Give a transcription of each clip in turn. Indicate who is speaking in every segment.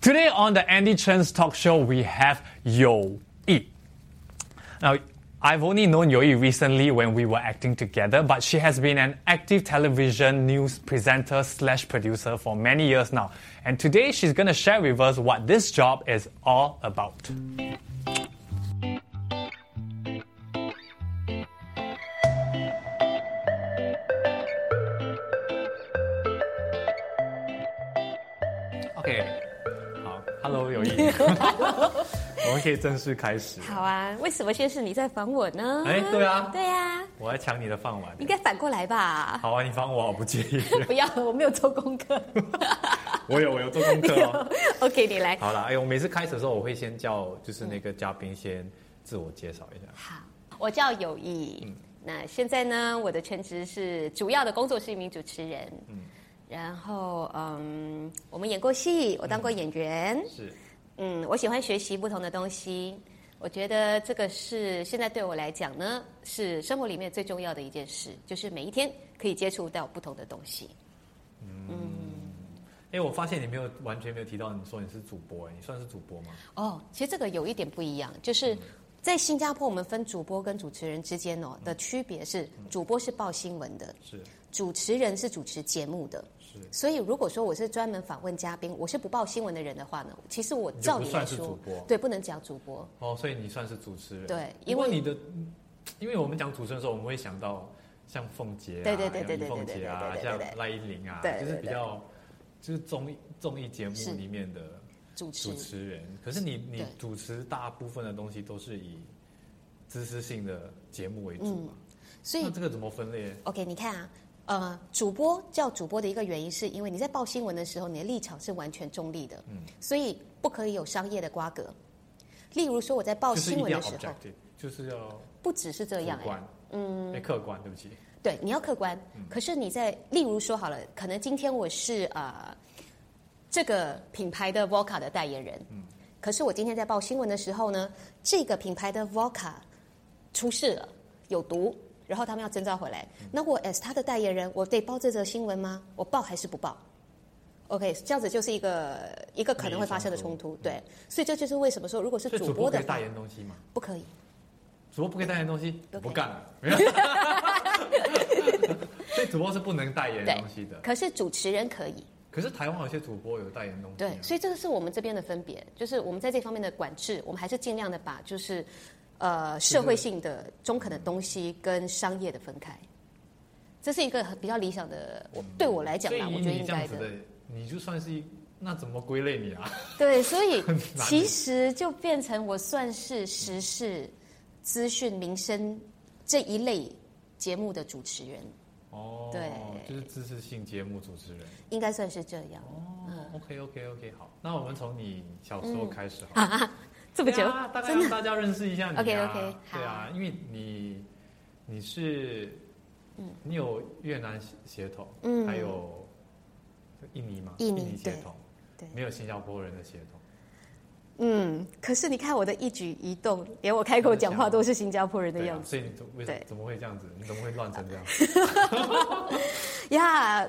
Speaker 1: Today on the Andy Chen's talk show, we have Yo Yi. Now, I've only known Yoi recently when we were acting together, but she has been an active television news presenter slash producer for many years now. And today she's going to share with us what this job is all about. OK，好，Hello，友 谊，我们可以正式开始。
Speaker 2: 好啊，为什么先是你在防我呢？
Speaker 1: 哎对啊
Speaker 2: 对啊，
Speaker 1: 我要抢你的饭碗。
Speaker 2: 应该反过来吧？
Speaker 1: 好啊，你帮我，我不介意。
Speaker 2: 不要，我没有做功课。
Speaker 1: 我有，我有做功课哦。
Speaker 2: OK，你来。
Speaker 1: 好啦，哎，我每次开始的时候，我会先叫就是那个嘉宾先自我介绍一下。
Speaker 2: 好，我叫友谊。
Speaker 1: 嗯
Speaker 2: 那现在呢，我的全职是主要的工作是一名主持人。
Speaker 1: 嗯
Speaker 2: 然后嗯，我们演过戏，我当过演员。
Speaker 1: 是，
Speaker 2: 嗯，我喜欢学习不同的东西。我觉得这个是现在对我来讲呢，是生活里面最重要的一件事，就是每一天可以接触到不同的东西。
Speaker 1: 哎，我发现你没有完全没有提到，你说你是主播，哎，你算是主播吗？
Speaker 2: 哦，其实这个有一点不一样，
Speaker 1: 嗯
Speaker 2: 就是在新加坡，我们分主播跟主持人之间哦的区别是，
Speaker 1: 嗯
Speaker 2: 主播是报新闻的，
Speaker 1: 是
Speaker 2: 主持人是主持节目的。
Speaker 1: 是，
Speaker 2: 所以如果说我是专门访问嘉宾，我是不报新闻的人的话呢，其实我
Speaker 1: 你就
Speaker 2: 照
Speaker 1: 不
Speaker 2: 理
Speaker 1: 算
Speaker 2: 来
Speaker 1: 是主
Speaker 2: 说
Speaker 1: 播，
Speaker 2: 对，不能讲主播。
Speaker 1: 哦，所以你算是主持人。
Speaker 2: 对
Speaker 1: 因
Speaker 2: 因
Speaker 1: 为
Speaker 2: 为
Speaker 1: 你的，因为我们讲主持人的时候，我们会想到像凤姐啊，
Speaker 2: 对对对
Speaker 1: 像
Speaker 2: 对对对
Speaker 1: 李凤姐啊，
Speaker 2: 对对对对对对
Speaker 1: 像赖依林啊，
Speaker 2: 对对
Speaker 1: 就是
Speaker 2: 对
Speaker 1: 比较就是综艺综艺节目
Speaker 2: 是
Speaker 1: 里面的
Speaker 2: 主持
Speaker 1: 主持人。可是你你
Speaker 2: 对
Speaker 1: 主持大部分的东西都是以知识性的节目为主嘛？
Speaker 2: 嗯所以
Speaker 1: 那这个怎么分类？
Speaker 2: OK，你看啊，呃，主播叫主播的一个原因，是因为你在报新闻的时候，你的立场是完全中立的，
Speaker 1: 嗯
Speaker 2: 所以不可以有商业的瓜葛。例如说，我在报
Speaker 1: 就是
Speaker 2: 新
Speaker 1: 一定
Speaker 2: 闻
Speaker 1: 要
Speaker 2: 的时候，
Speaker 1: objective，就是要
Speaker 2: 不只是这样
Speaker 1: 主
Speaker 2: 哎、
Speaker 1: 观，嗯，哎，客观，对不起，
Speaker 2: 对，你要客观。可是你在，例如说好了，可能今天我是呃这个品牌的 Vodka 的代言人，
Speaker 1: 嗯
Speaker 2: 可是我今天在报新闻的时候呢，这个品牌的 Vodka 出事了，有毒，然后他们要征召回来。
Speaker 1: 嗯
Speaker 2: 那我 as 他的代言人，我得报这则新闻吗？我报还是不报？OK，这样子就是一个一个可能会发生的冲突，对，所以这就是为什么说，如果是
Speaker 1: 嗯所以
Speaker 2: 主
Speaker 1: 主播
Speaker 2: 播
Speaker 1: 可
Speaker 2: 的
Speaker 1: 以代
Speaker 2: 话，
Speaker 1: 言东西嘛？
Speaker 2: 不可以。
Speaker 1: 主播不可以代言东西，
Speaker 2: 都可以
Speaker 1: 我不干 了，没有。所以主播是不能代言东西的。
Speaker 2: 可是主持人可以，
Speaker 1: 可是台湾有些主播有代言东西、啊
Speaker 2: 对，，所以这个是我们这边的分别，就是我们在这方面的管制，我们还是尽量的把就是呃社会性的中肯的东西跟商业的分开，这是一个很比较理想的，我对我来
Speaker 1: 嗯
Speaker 2: 讲
Speaker 1: 所以
Speaker 2: 啦，我
Speaker 1: 以
Speaker 2: 觉得
Speaker 1: 你
Speaker 2: 应
Speaker 1: 这样
Speaker 2: 该
Speaker 1: 子
Speaker 2: 的。
Speaker 1: 的，你就算是一那怎么归类你 啊？
Speaker 2: 对，所以
Speaker 1: 很难
Speaker 2: 其实就变成我算是时事、资讯、民生这一类节目的主持人，
Speaker 1: 哦，
Speaker 2: 对
Speaker 1: 就是知识性节目主持人。
Speaker 2: 应该算是这样。嗯
Speaker 1: 哦，OK OK OK，好，那我们从你小时候开始好了。
Speaker 2: 这么久
Speaker 1: 对，啊，大概让大家认识一下你、啊。
Speaker 2: OK，OK，
Speaker 1: 对啊，因为你你是，你有越南血统，
Speaker 2: 嗯
Speaker 1: 还有印尼嘛，
Speaker 2: 印尼
Speaker 1: 血统，
Speaker 2: 对对
Speaker 1: 没有新加坡人的血统，
Speaker 2: 嗯，可是你看我的一举一动，连我开口讲话都是新加坡人的
Speaker 1: 对
Speaker 2: 样
Speaker 1: 啊
Speaker 2: 子。，
Speaker 1: 所以你怎为什么
Speaker 2: 对
Speaker 1: 怎么会这样子？你怎么会乱成这 样？
Speaker 2: 呀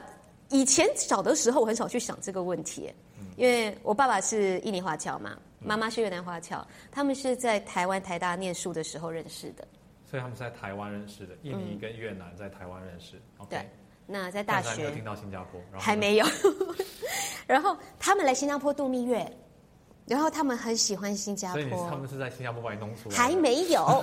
Speaker 2: 以前小的时候我很少去想这个问题，
Speaker 1: 嗯
Speaker 2: 因为我爸爸是印尼华侨嘛，妈妈是越南华侨，他们是在台湾台大念书的时候认识的。
Speaker 1: 所以他们是在台湾认识的，印尼跟越南在台湾认识。OK，
Speaker 2: 嗯对，那在大
Speaker 1: 但是还没有
Speaker 2: 学
Speaker 1: 听到新加坡，然后呢
Speaker 2: 还。没有， 然后他们来新加坡度蜜月，然后他们很喜欢新加
Speaker 1: 所以你是他
Speaker 2: 坡，
Speaker 1: 们是在新加坡把你弄出来的，
Speaker 2: 还没 有，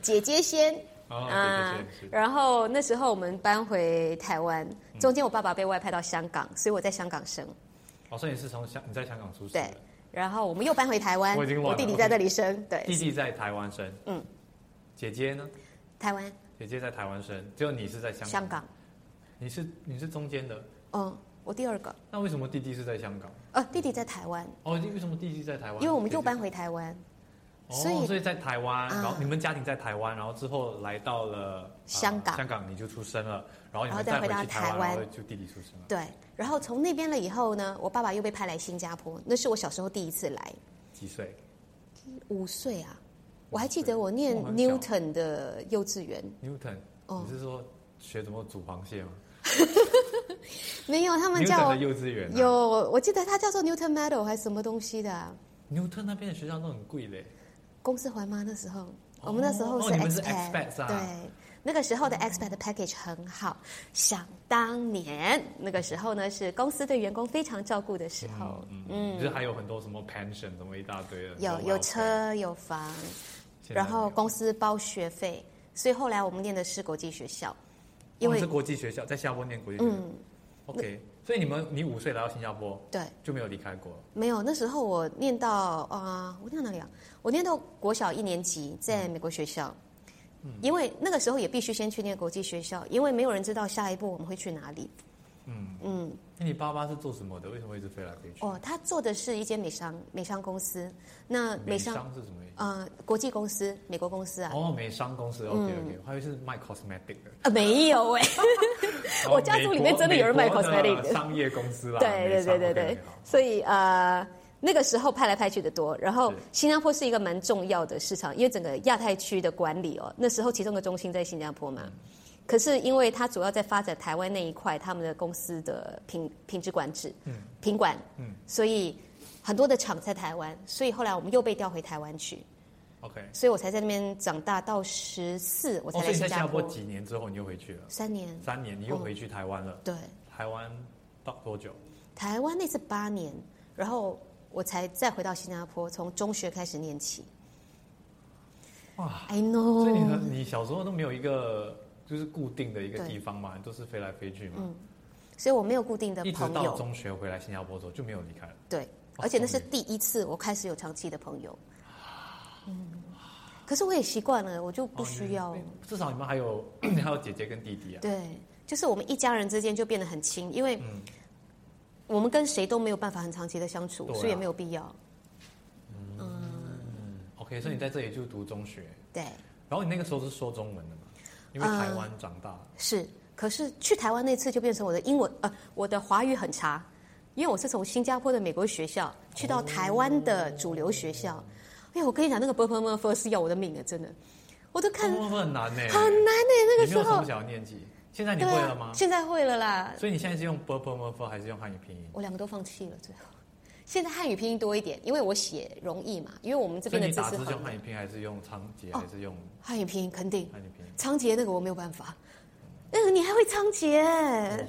Speaker 2: 姐姐先。
Speaker 1: 哦
Speaker 2: 啊
Speaker 1: 对对对，是嗯
Speaker 2: 然后那时候我们搬回台湾，中间我爸爸被外派到香港，所以我在香港生。
Speaker 1: 哦，所以你是从香你在香港出生
Speaker 2: 对
Speaker 1: 的，，
Speaker 2: 然后我们又搬回台湾，
Speaker 1: 我已经乱了
Speaker 2: 弟弟在这里生，对，
Speaker 1: 弟弟在台湾生，
Speaker 2: 嗯，
Speaker 1: 姐姐呢？
Speaker 2: 台湾、
Speaker 1: 姐姐在台湾生，只有你是在香港，
Speaker 2: 香港，
Speaker 1: 你是你是中间的，
Speaker 2: 嗯，我第二个，
Speaker 1: 那为什么弟弟是在香港？
Speaker 2: 呃，弟弟在台湾，
Speaker 1: 哦，为什么弟弟在台湾？
Speaker 2: 因为我们又搬
Speaker 1: 姐
Speaker 2: 回台湾，
Speaker 1: 姐，
Speaker 2: 所
Speaker 1: 哦，
Speaker 2: 以
Speaker 1: 所以在台湾，然
Speaker 2: 啊
Speaker 1: 后你们家庭在台湾，然后之后来到了呃
Speaker 2: 香港
Speaker 1: 香港你就出生了，然后你
Speaker 2: 然后
Speaker 1: 们
Speaker 2: 再
Speaker 1: 再回
Speaker 2: 回
Speaker 1: 去
Speaker 2: 到台
Speaker 1: 台
Speaker 2: 湾
Speaker 1: 然后就弟弟出生了，
Speaker 2: 对，然后从那边了以后呢，我爸爸又被派来新加坡，那是我小时候第一次来，
Speaker 1: 几岁？
Speaker 2: 五岁啊，我还记得我念
Speaker 1: 哇很小
Speaker 2: Newton 的幼稚园，
Speaker 1: Newton，
Speaker 2: 哦
Speaker 1: 你是说学怎么煮螃蟹吗？
Speaker 2: 没有，他们
Speaker 1: 牛
Speaker 2: 叫
Speaker 1: 顿的
Speaker 2: 我
Speaker 1: 幼稚园、啊、
Speaker 2: 有，我记得他叫做 Newton Meadow 还是什么东西的啊、
Speaker 1: 牛顿那边的学校都很贵嘞。
Speaker 2: 公司还吗？那时候我们那时候
Speaker 1: 哦
Speaker 2: 是
Speaker 1: 你们是
Speaker 2: expat，、
Speaker 1: expats 啊
Speaker 2: 对，那个时候的 expat 的 package 很好。想当年，那个时候呢是公司对员工非常照顾的时候，
Speaker 1: 嗯，就是还有很多什么 pension 什么一大堆的，
Speaker 2: 有有，车有房，然后公司包学费，所以后来我们念的是国际学校，因
Speaker 1: 因为哦
Speaker 2: 为嗯
Speaker 1: 是国际学校，在新加坡念国际学校。OK，所以你们你五岁来到新加坡
Speaker 2: 对
Speaker 1: 就没有离开过了。
Speaker 2: 没有那时候我念到啊、我念到哪里啊？我念到国小一年级，在美国学校。因为那个时候也必须先去念国际学校，因为没有人知道下一步我们会去哪里。
Speaker 1: 那你爸爸是做什么的？为什么一直飞来飞去？
Speaker 2: 嗯哦，他做的是一间美商美商公司，那美
Speaker 1: 美
Speaker 2: 商
Speaker 1: 商是什么意思？
Speaker 2: 呃国际公司，美国公司啊，
Speaker 1: 哦，美商公司，OK OK，我还以为是卖 cosmetic 的。
Speaker 2: 呃没有哎、 我家族里面真的有人卖
Speaker 1: 哦美国的
Speaker 2: cosmetic 的
Speaker 1: 商业公司啦。
Speaker 2: 对对
Speaker 1: 美商
Speaker 2: 对对
Speaker 1: OK，
Speaker 2: 对
Speaker 1: OK，好，
Speaker 2: 所以呃那个时候派来派去的多，然后
Speaker 1: 是
Speaker 2: 新加坡是一个蛮重要的市场，因为整个亚太区的管理哦，那时候其中的中心在新加坡嘛。
Speaker 1: 嗯
Speaker 2: 可是因为它主要在发展台湾那一块，他们的公司的品品质管制，嗯，品管，嗯，所以很多的厂在台湾，所以后来我们又被调回台湾去，
Speaker 1: OK。
Speaker 2: 所以我才在那边长大到十四，我
Speaker 1: 哦，
Speaker 2: 才
Speaker 1: 所以你在
Speaker 2: 来
Speaker 1: 新
Speaker 2: 新加
Speaker 1: 加坡
Speaker 2: 坡。
Speaker 1: 几年之后你又回去了？
Speaker 2: 三年，
Speaker 1: 三年，你又回去台湾了。
Speaker 2: 对，
Speaker 1: 台湾到多久？
Speaker 2: 台湾那次八年，然后我才再回到新加坡，从中学开始念起。
Speaker 1: 哇所
Speaker 2: ，I
Speaker 1: 以你
Speaker 2: know，
Speaker 1: 很你小时候都没有一个就是固定的一个地方嘛，都是飞来飞去嘛，
Speaker 2: 所以我没有固定嗯的
Speaker 1: 一直
Speaker 2: 朋
Speaker 1: 到
Speaker 2: 友，
Speaker 1: 中学回来新加坡的时候就没有离开了。
Speaker 2: 对，
Speaker 1: 哦
Speaker 2: 而且那是
Speaker 1: 终于啊
Speaker 2: 第一次我开始有长期的朋友。嗯，可是我也习惯了，我就不需要。
Speaker 1: 哦，你至少你们还有 你还有姐姐跟弟弟啊。
Speaker 2: 对，就是我们一家人之间就变得很亲，因为
Speaker 1: 嗯
Speaker 2: 我们跟谁都没有办法很长期的相处，
Speaker 1: 对啊
Speaker 2: 所以也没有必要。
Speaker 1: OK，所以你在这里就读中学，
Speaker 2: 对，
Speaker 1: 然后你那个时候是说中文的嘛，因
Speaker 2: 呃
Speaker 1: 为台湾长大。
Speaker 2: 是，可是去台湾那次就变成我的英文呃，我的华语很差，因为我是从新加坡的美国学校去到台湾的主流学
Speaker 1: 哦
Speaker 2: 校。哎呀，我跟你讲，那个 b u r p l e r 是要我的命啊，真的，我都看
Speaker 1: 中文哦很难呢、
Speaker 2: 很难哎、那个
Speaker 1: 你
Speaker 2: 时
Speaker 1: 没有
Speaker 2: 候
Speaker 1: 从。小念起，现在你
Speaker 2: 对
Speaker 1: 会了
Speaker 2: 啊
Speaker 1: 吗，？
Speaker 2: 现在会了啦，
Speaker 1: 所以你现在是用 b u r p l e m u r p h 还是用汉语拼音？
Speaker 2: 我两个都放弃了，最后。现在汉语拼音多一点，因为我写容易嘛，因为我们这
Speaker 1: 所
Speaker 2: 边
Speaker 1: 以
Speaker 2: 的
Speaker 1: 你打
Speaker 2: 字是
Speaker 1: 字是用
Speaker 2: 很
Speaker 1: 汉语拼音还是用仓颉还是用
Speaker 2: 汉语拼音肯定。
Speaker 1: 汉语拼音？
Speaker 2: 仓颉那个我没有办法，嗯，你还会仓颉？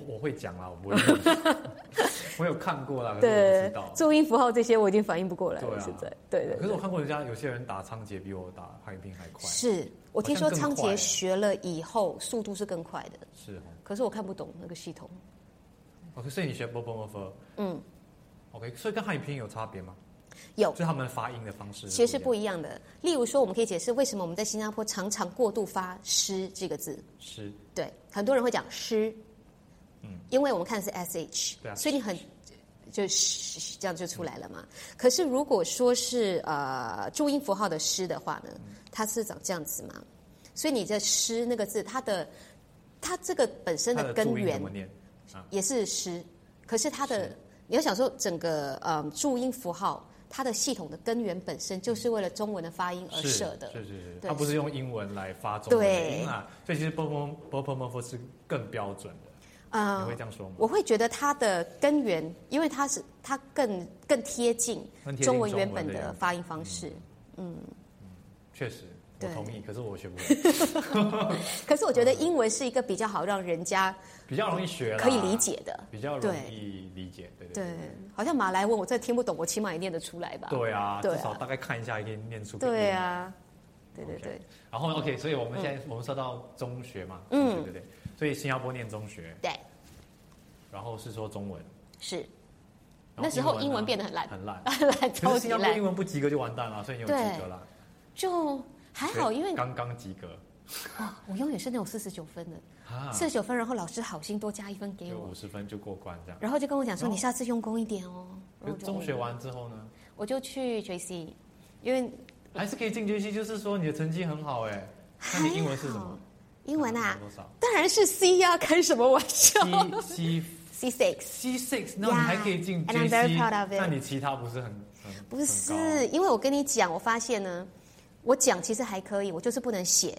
Speaker 1: 我我会讲啦，我不会用。 我有看过啦，可是哦我不
Speaker 2: 对
Speaker 1: 知道，。
Speaker 2: 注音符号这些我已经反应不过来
Speaker 1: 对
Speaker 2: 了，
Speaker 1: 啊
Speaker 2: 现在对对
Speaker 1: 可是我看过人家有些人打仓颉比我打汉语拼音还快，
Speaker 2: 是我听说仓颉学了以后速度是更快的，
Speaker 1: 是哦。
Speaker 2: 可是我看不懂那个系统。
Speaker 1: OK，所以你学 b u r p l e m u r p h
Speaker 2: 嗯
Speaker 1: ，OK，所以跟汉语拼音有差别吗？
Speaker 2: 有
Speaker 1: 就是他们发音的方式
Speaker 2: 其实是
Speaker 1: 不
Speaker 2: 不
Speaker 1: 一样
Speaker 2: 一样的。例如说，我们可以解释为什么我们在新加坡常常过度发“诗”这个字。
Speaker 1: 是
Speaker 2: 对，很多人会讲“诗”，嗯，因为我们看的是 “sh”，
Speaker 1: 对啊
Speaker 2: 所以你很就是这样就出来了嘛。
Speaker 1: 嗯
Speaker 2: 可是如果说是呃注音符号的“诗”的话呢，
Speaker 1: 嗯
Speaker 2: 它是长这样子嘛，所以你的“诗”那个字，它的它这个本身
Speaker 1: 它
Speaker 2: 的
Speaker 1: 的
Speaker 2: 根
Speaker 1: 注音
Speaker 2: 源
Speaker 1: 怎么念？
Speaker 2: 也是诗，可是它的你要想说整个呃注音符号，它的系统的根源本身就是为了中文的发音而
Speaker 1: 是
Speaker 2: 设的。
Speaker 1: 是是是，
Speaker 2: 对
Speaker 1: 它不是用英文来发中文的
Speaker 2: 对
Speaker 1: 音啊，所以其实 b u r p l e b u r p l e m u r p h 是更标准的，
Speaker 2: 啊、
Speaker 1: 你会这样说吗？
Speaker 2: 我会觉得它的根源，因为它是它更更贴近
Speaker 1: 更贴近
Speaker 2: 中文原本
Speaker 1: 中文的样
Speaker 2: 的
Speaker 1: 子嗯
Speaker 2: 发音方式。
Speaker 1: 确实，我
Speaker 2: 对
Speaker 1: 同意，可是我学不 会，
Speaker 2: 可是我觉得
Speaker 1: 嗯
Speaker 2: 英文是一个比较好让人家
Speaker 1: 比较容易学啦，
Speaker 2: 可以理，解的。
Speaker 1: 比较容易理解，对
Speaker 2: 对
Speaker 1: 对，
Speaker 2: 好像马来文我真的听不懂，我起码也念得出来吧？
Speaker 1: 对啊，
Speaker 2: 对啊
Speaker 1: 至少大概看一下也可以念出。
Speaker 2: 对。啊，嗯对对
Speaker 1: OK
Speaker 2: 对
Speaker 1: 然后 OK，所以我们现在我们说到中学嘛，嗯，对对对，所以新加坡念中学，
Speaker 2: 对
Speaker 1: 然后是说中文，
Speaker 2: 是。
Speaker 1: 然后
Speaker 2: 那时候
Speaker 1: 呢
Speaker 2: 英文变得 很烂，，
Speaker 1: 很烂
Speaker 2: 烂
Speaker 1: 可
Speaker 2: 超
Speaker 1: 是 新
Speaker 2: 级
Speaker 1: 加坡
Speaker 2: 烂
Speaker 1: 英，文不及格就完蛋了，所以你有及格啦，
Speaker 2: 就还好，因为
Speaker 1: 刚刚及格
Speaker 2: 我永远是那种四十九分的，
Speaker 1: 啊，
Speaker 2: 四十九分，然后老师好心多加一分给
Speaker 1: 有
Speaker 2: 我
Speaker 1: 五，十分就过关这样。
Speaker 2: 然后就跟我讲说
Speaker 1: 啊然后
Speaker 2: 你下次用功一点哦。
Speaker 1: 可
Speaker 2: 然
Speaker 1: 是
Speaker 2: 后我就
Speaker 1: 中学完之后呢，
Speaker 2: 我就去 JC，因为
Speaker 1: 还是可以进 JC，就是说你的成绩很好哎，那你英文是什
Speaker 2: 还好
Speaker 1: 么？
Speaker 2: 英文啊
Speaker 1: 你，多少
Speaker 2: 当然是 C 呀、开什么玩笑
Speaker 1: ？C C
Speaker 2: ？C six
Speaker 1: C six，那你还可以进
Speaker 2: Yeah, and I'm very
Speaker 1: JC，
Speaker 2: proud of it.
Speaker 1: 那你其他不是很很
Speaker 2: 不
Speaker 1: 很高
Speaker 2: 是，因为我跟你讲，我发现呢，我讲其实还
Speaker 1: 嗯
Speaker 2: 可以，我就是不能写。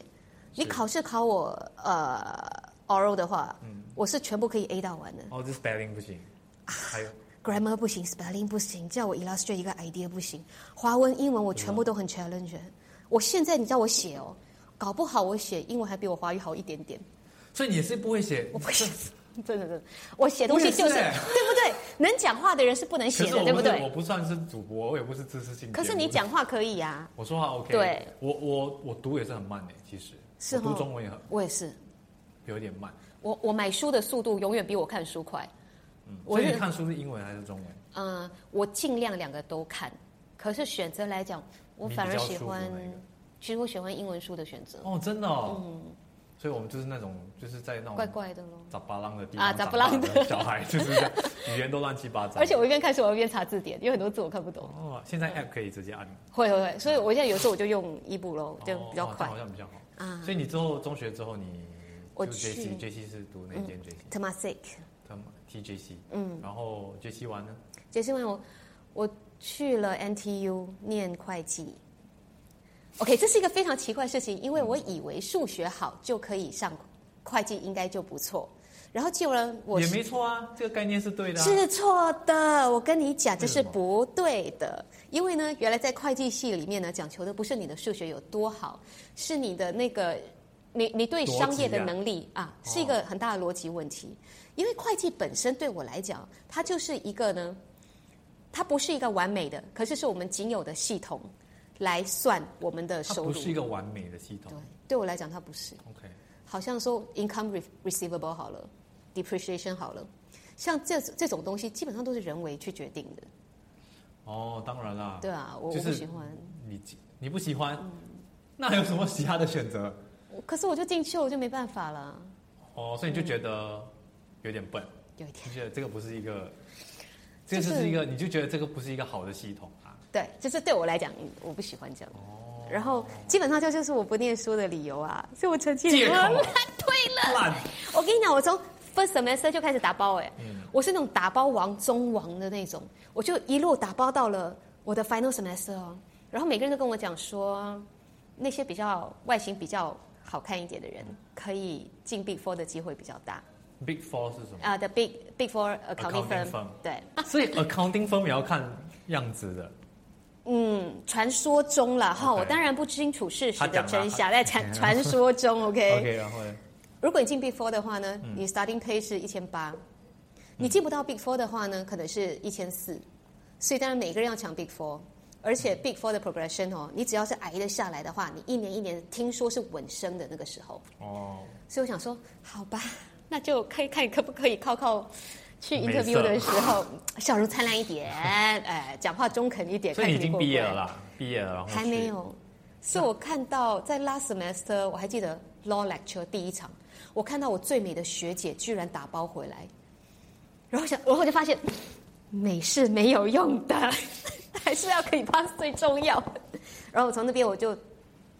Speaker 2: 你考试考我呃 oral 的话，我是全部可以 A 到完的。
Speaker 3: 哦，这 spelling 不行，
Speaker 2: 啊
Speaker 3: 还有
Speaker 2: grammar 不行，spelling 不行，叫我 illustrate 一个 idea 不行，华文、英文我
Speaker 1: 嗯
Speaker 2: 全部都很 challenge。我现在你叫我写哦，搞不好我写英文还比我华语好一点点。
Speaker 1: 所以你也是不会写，
Speaker 2: 我不写， 真的真的，我写东西就是
Speaker 1: 我也是欸
Speaker 2: 对不对？能讲话的人是不能写
Speaker 1: 可是
Speaker 2: 的，
Speaker 1: 我
Speaker 2: 对
Speaker 1: 不是我
Speaker 2: 对？
Speaker 1: 不算是主播，我也不是知识性节目。
Speaker 2: 可是你讲话可以啊呀、
Speaker 1: 我说话 OK，
Speaker 2: 对，
Speaker 1: 我我我读也是很慢的，其实
Speaker 2: 是
Speaker 1: 我读
Speaker 2: 哦
Speaker 1: 中文也很
Speaker 2: 我也是，
Speaker 1: 有一点慢。
Speaker 2: 我我买书的速度永远比我看书快。
Speaker 1: 嗯
Speaker 2: 我
Speaker 1: 所以
Speaker 2: 是
Speaker 1: 你看书是英文还是中文？
Speaker 2: 嗯，我尽量两个都看，可是选择来讲，我
Speaker 1: 你
Speaker 2: 反
Speaker 1: 比
Speaker 2: 而
Speaker 1: 较
Speaker 2: 喜
Speaker 1: 舒服
Speaker 2: 欢
Speaker 1: 哪一个，
Speaker 2: 其实我喜欢英文书的选择，
Speaker 1: 哦，真的哦，所以我们就是那种就是在那
Speaker 2: 嗯怪
Speaker 1: 种
Speaker 2: 怪的咯。
Speaker 1: 杂巴浪的地
Speaker 2: 啊
Speaker 1: 方
Speaker 2: 杂
Speaker 1: 长
Speaker 2: 巴浪
Speaker 1: 大
Speaker 2: 的
Speaker 1: 的小孩， 就是这样语言都乱七八糟。
Speaker 2: 而且我一边看书，我一边查字典，有很多字我看不懂。
Speaker 1: 哦，现在 app 可以直接按，
Speaker 2: 会会会，所以我现在有时候我就用伊布喽，就
Speaker 1: 哦
Speaker 2: 比较
Speaker 1: 哦这
Speaker 2: 快
Speaker 1: 样好。像比较好。
Speaker 2: 啊
Speaker 1: 所以你之后中学之后你
Speaker 2: 我
Speaker 1: 就 JC
Speaker 2: 去
Speaker 1: JC 是读哪一间 JC？
Speaker 2: Tomasic，
Speaker 1: 他们 TJC，
Speaker 2: 嗯，
Speaker 1: 然后 JC 完呢？
Speaker 2: 杰西问我，我去了 NTU 念会计。OK，这是一个非常奇怪的事情，因为我
Speaker 1: 嗯
Speaker 2: 以为数学好就可以上会计，应该就不错。然后结果呢，我
Speaker 1: 也
Speaker 2: 是
Speaker 1: 没错啊，这个概念是对的啊。
Speaker 2: 是错的，我跟你讲，这
Speaker 1: 为
Speaker 2: 是
Speaker 1: 什么
Speaker 2: 不对的。因为呢，原来在会计系里面呢，讲求的不是你的数学有多好，是你的那个你你对商业的
Speaker 1: 逻辑啊
Speaker 2: 能力啊，是一个很大的逻辑问题。因为会计本身对我来讲，它就是一个呢，它不是一个完美的，可是是我们仅有的系统来算我们的
Speaker 1: 它
Speaker 2: 收
Speaker 1: 不
Speaker 2: 入。
Speaker 1: 是一个完美的系统
Speaker 2: 对。，对我来讲，它不是。
Speaker 1: OK，
Speaker 2: 好像说 income re- receivable 好了，depreciation 好了，像这这种东西基本上都是人为去决定的，
Speaker 1: 哦，当然啦，
Speaker 2: 对嗯啊，我、
Speaker 1: 就是
Speaker 2: 我不喜欢，
Speaker 1: 你你不喜欢，那还有什么其他的选择？
Speaker 2: 我可是我就进去了，我就没办法了，
Speaker 1: 哦，所以你就觉得
Speaker 2: 嗯
Speaker 1: 有点笨，
Speaker 2: 有一点
Speaker 1: 你觉得这个不是一个，这
Speaker 2: 就
Speaker 1: 个
Speaker 2: 是
Speaker 1: 就是一个，你就觉得这个不是一个好的系统啊。
Speaker 2: 对，就是对我来讲，嗯我不喜欢这样。
Speaker 1: 哦，
Speaker 2: 然后基本上这就是我不念书的理由啊，所 以我成绩
Speaker 1: 借口
Speaker 2: 很烂，对了。
Speaker 1: 烂，
Speaker 2: 我跟你讲，我从 first semester 就开始打包哎、
Speaker 1: 嗯
Speaker 2: 我是那种打包王中王的那种，我就一路打包到了我的 final semester 哦。然后每个人都跟我讲说，那些比较外形比较好看一点的人，可以进 Big Four 的机会比较大。
Speaker 1: Big Four 是什么？
Speaker 2: 啊、t h e Big Big Four accounting
Speaker 1: 嗯 Accounting
Speaker 2: firm，
Speaker 1: firm
Speaker 2: 对，
Speaker 1: 所以 accounting firm 也要看样子的，
Speaker 2: 嗯，传说中了哈
Speaker 1: OK
Speaker 2: 我当然不清楚事实
Speaker 1: 他
Speaker 2: 的
Speaker 1: 讲了啊
Speaker 2: 真相，
Speaker 1: 他
Speaker 2: 在传传说中
Speaker 1: OK，然后呢？
Speaker 2: 如果你进 Big Four 的话
Speaker 1: 嗯
Speaker 2: 呢，你 starting pay 是一千八，你进不到 Big Four 的话呢，可能是一千四，所以当然每个人要抢 Big Four，而且
Speaker 1: 嗯
Speaker 2: Big Four 的 progression 哦，你只要是挨得下来的话，你一年一年听说是稳升的那个时候，
Speaker 1: 哦，
Speaker 2: 所以我想说，好吧，那就看看可不可以靠靠。去
Speaker 1: 没
Speaker 2: interview
Speaker 1: 事
Speaker 2: 的时候，笑容灿烂一点，哎，讲话中肯一点。
Speaker 1: 所以你已
Speaker 2: 看你
Speaker 1: 经
Speaker 2: 过不
Speaker 1: 毕业
Speaker 2: 过
Speaker 1: 了啦，毕业了，然后
Speaker 2: 还
Speaker 1: 去
Speaker 2: 没。有，是我看到在 last semester，我还记得 law lecture 第一场，我看到我最美的学姐居然打包回来，然后想，然后我就发现美是没有用的， 还是要可以 pass 最重要。然后我从那边我就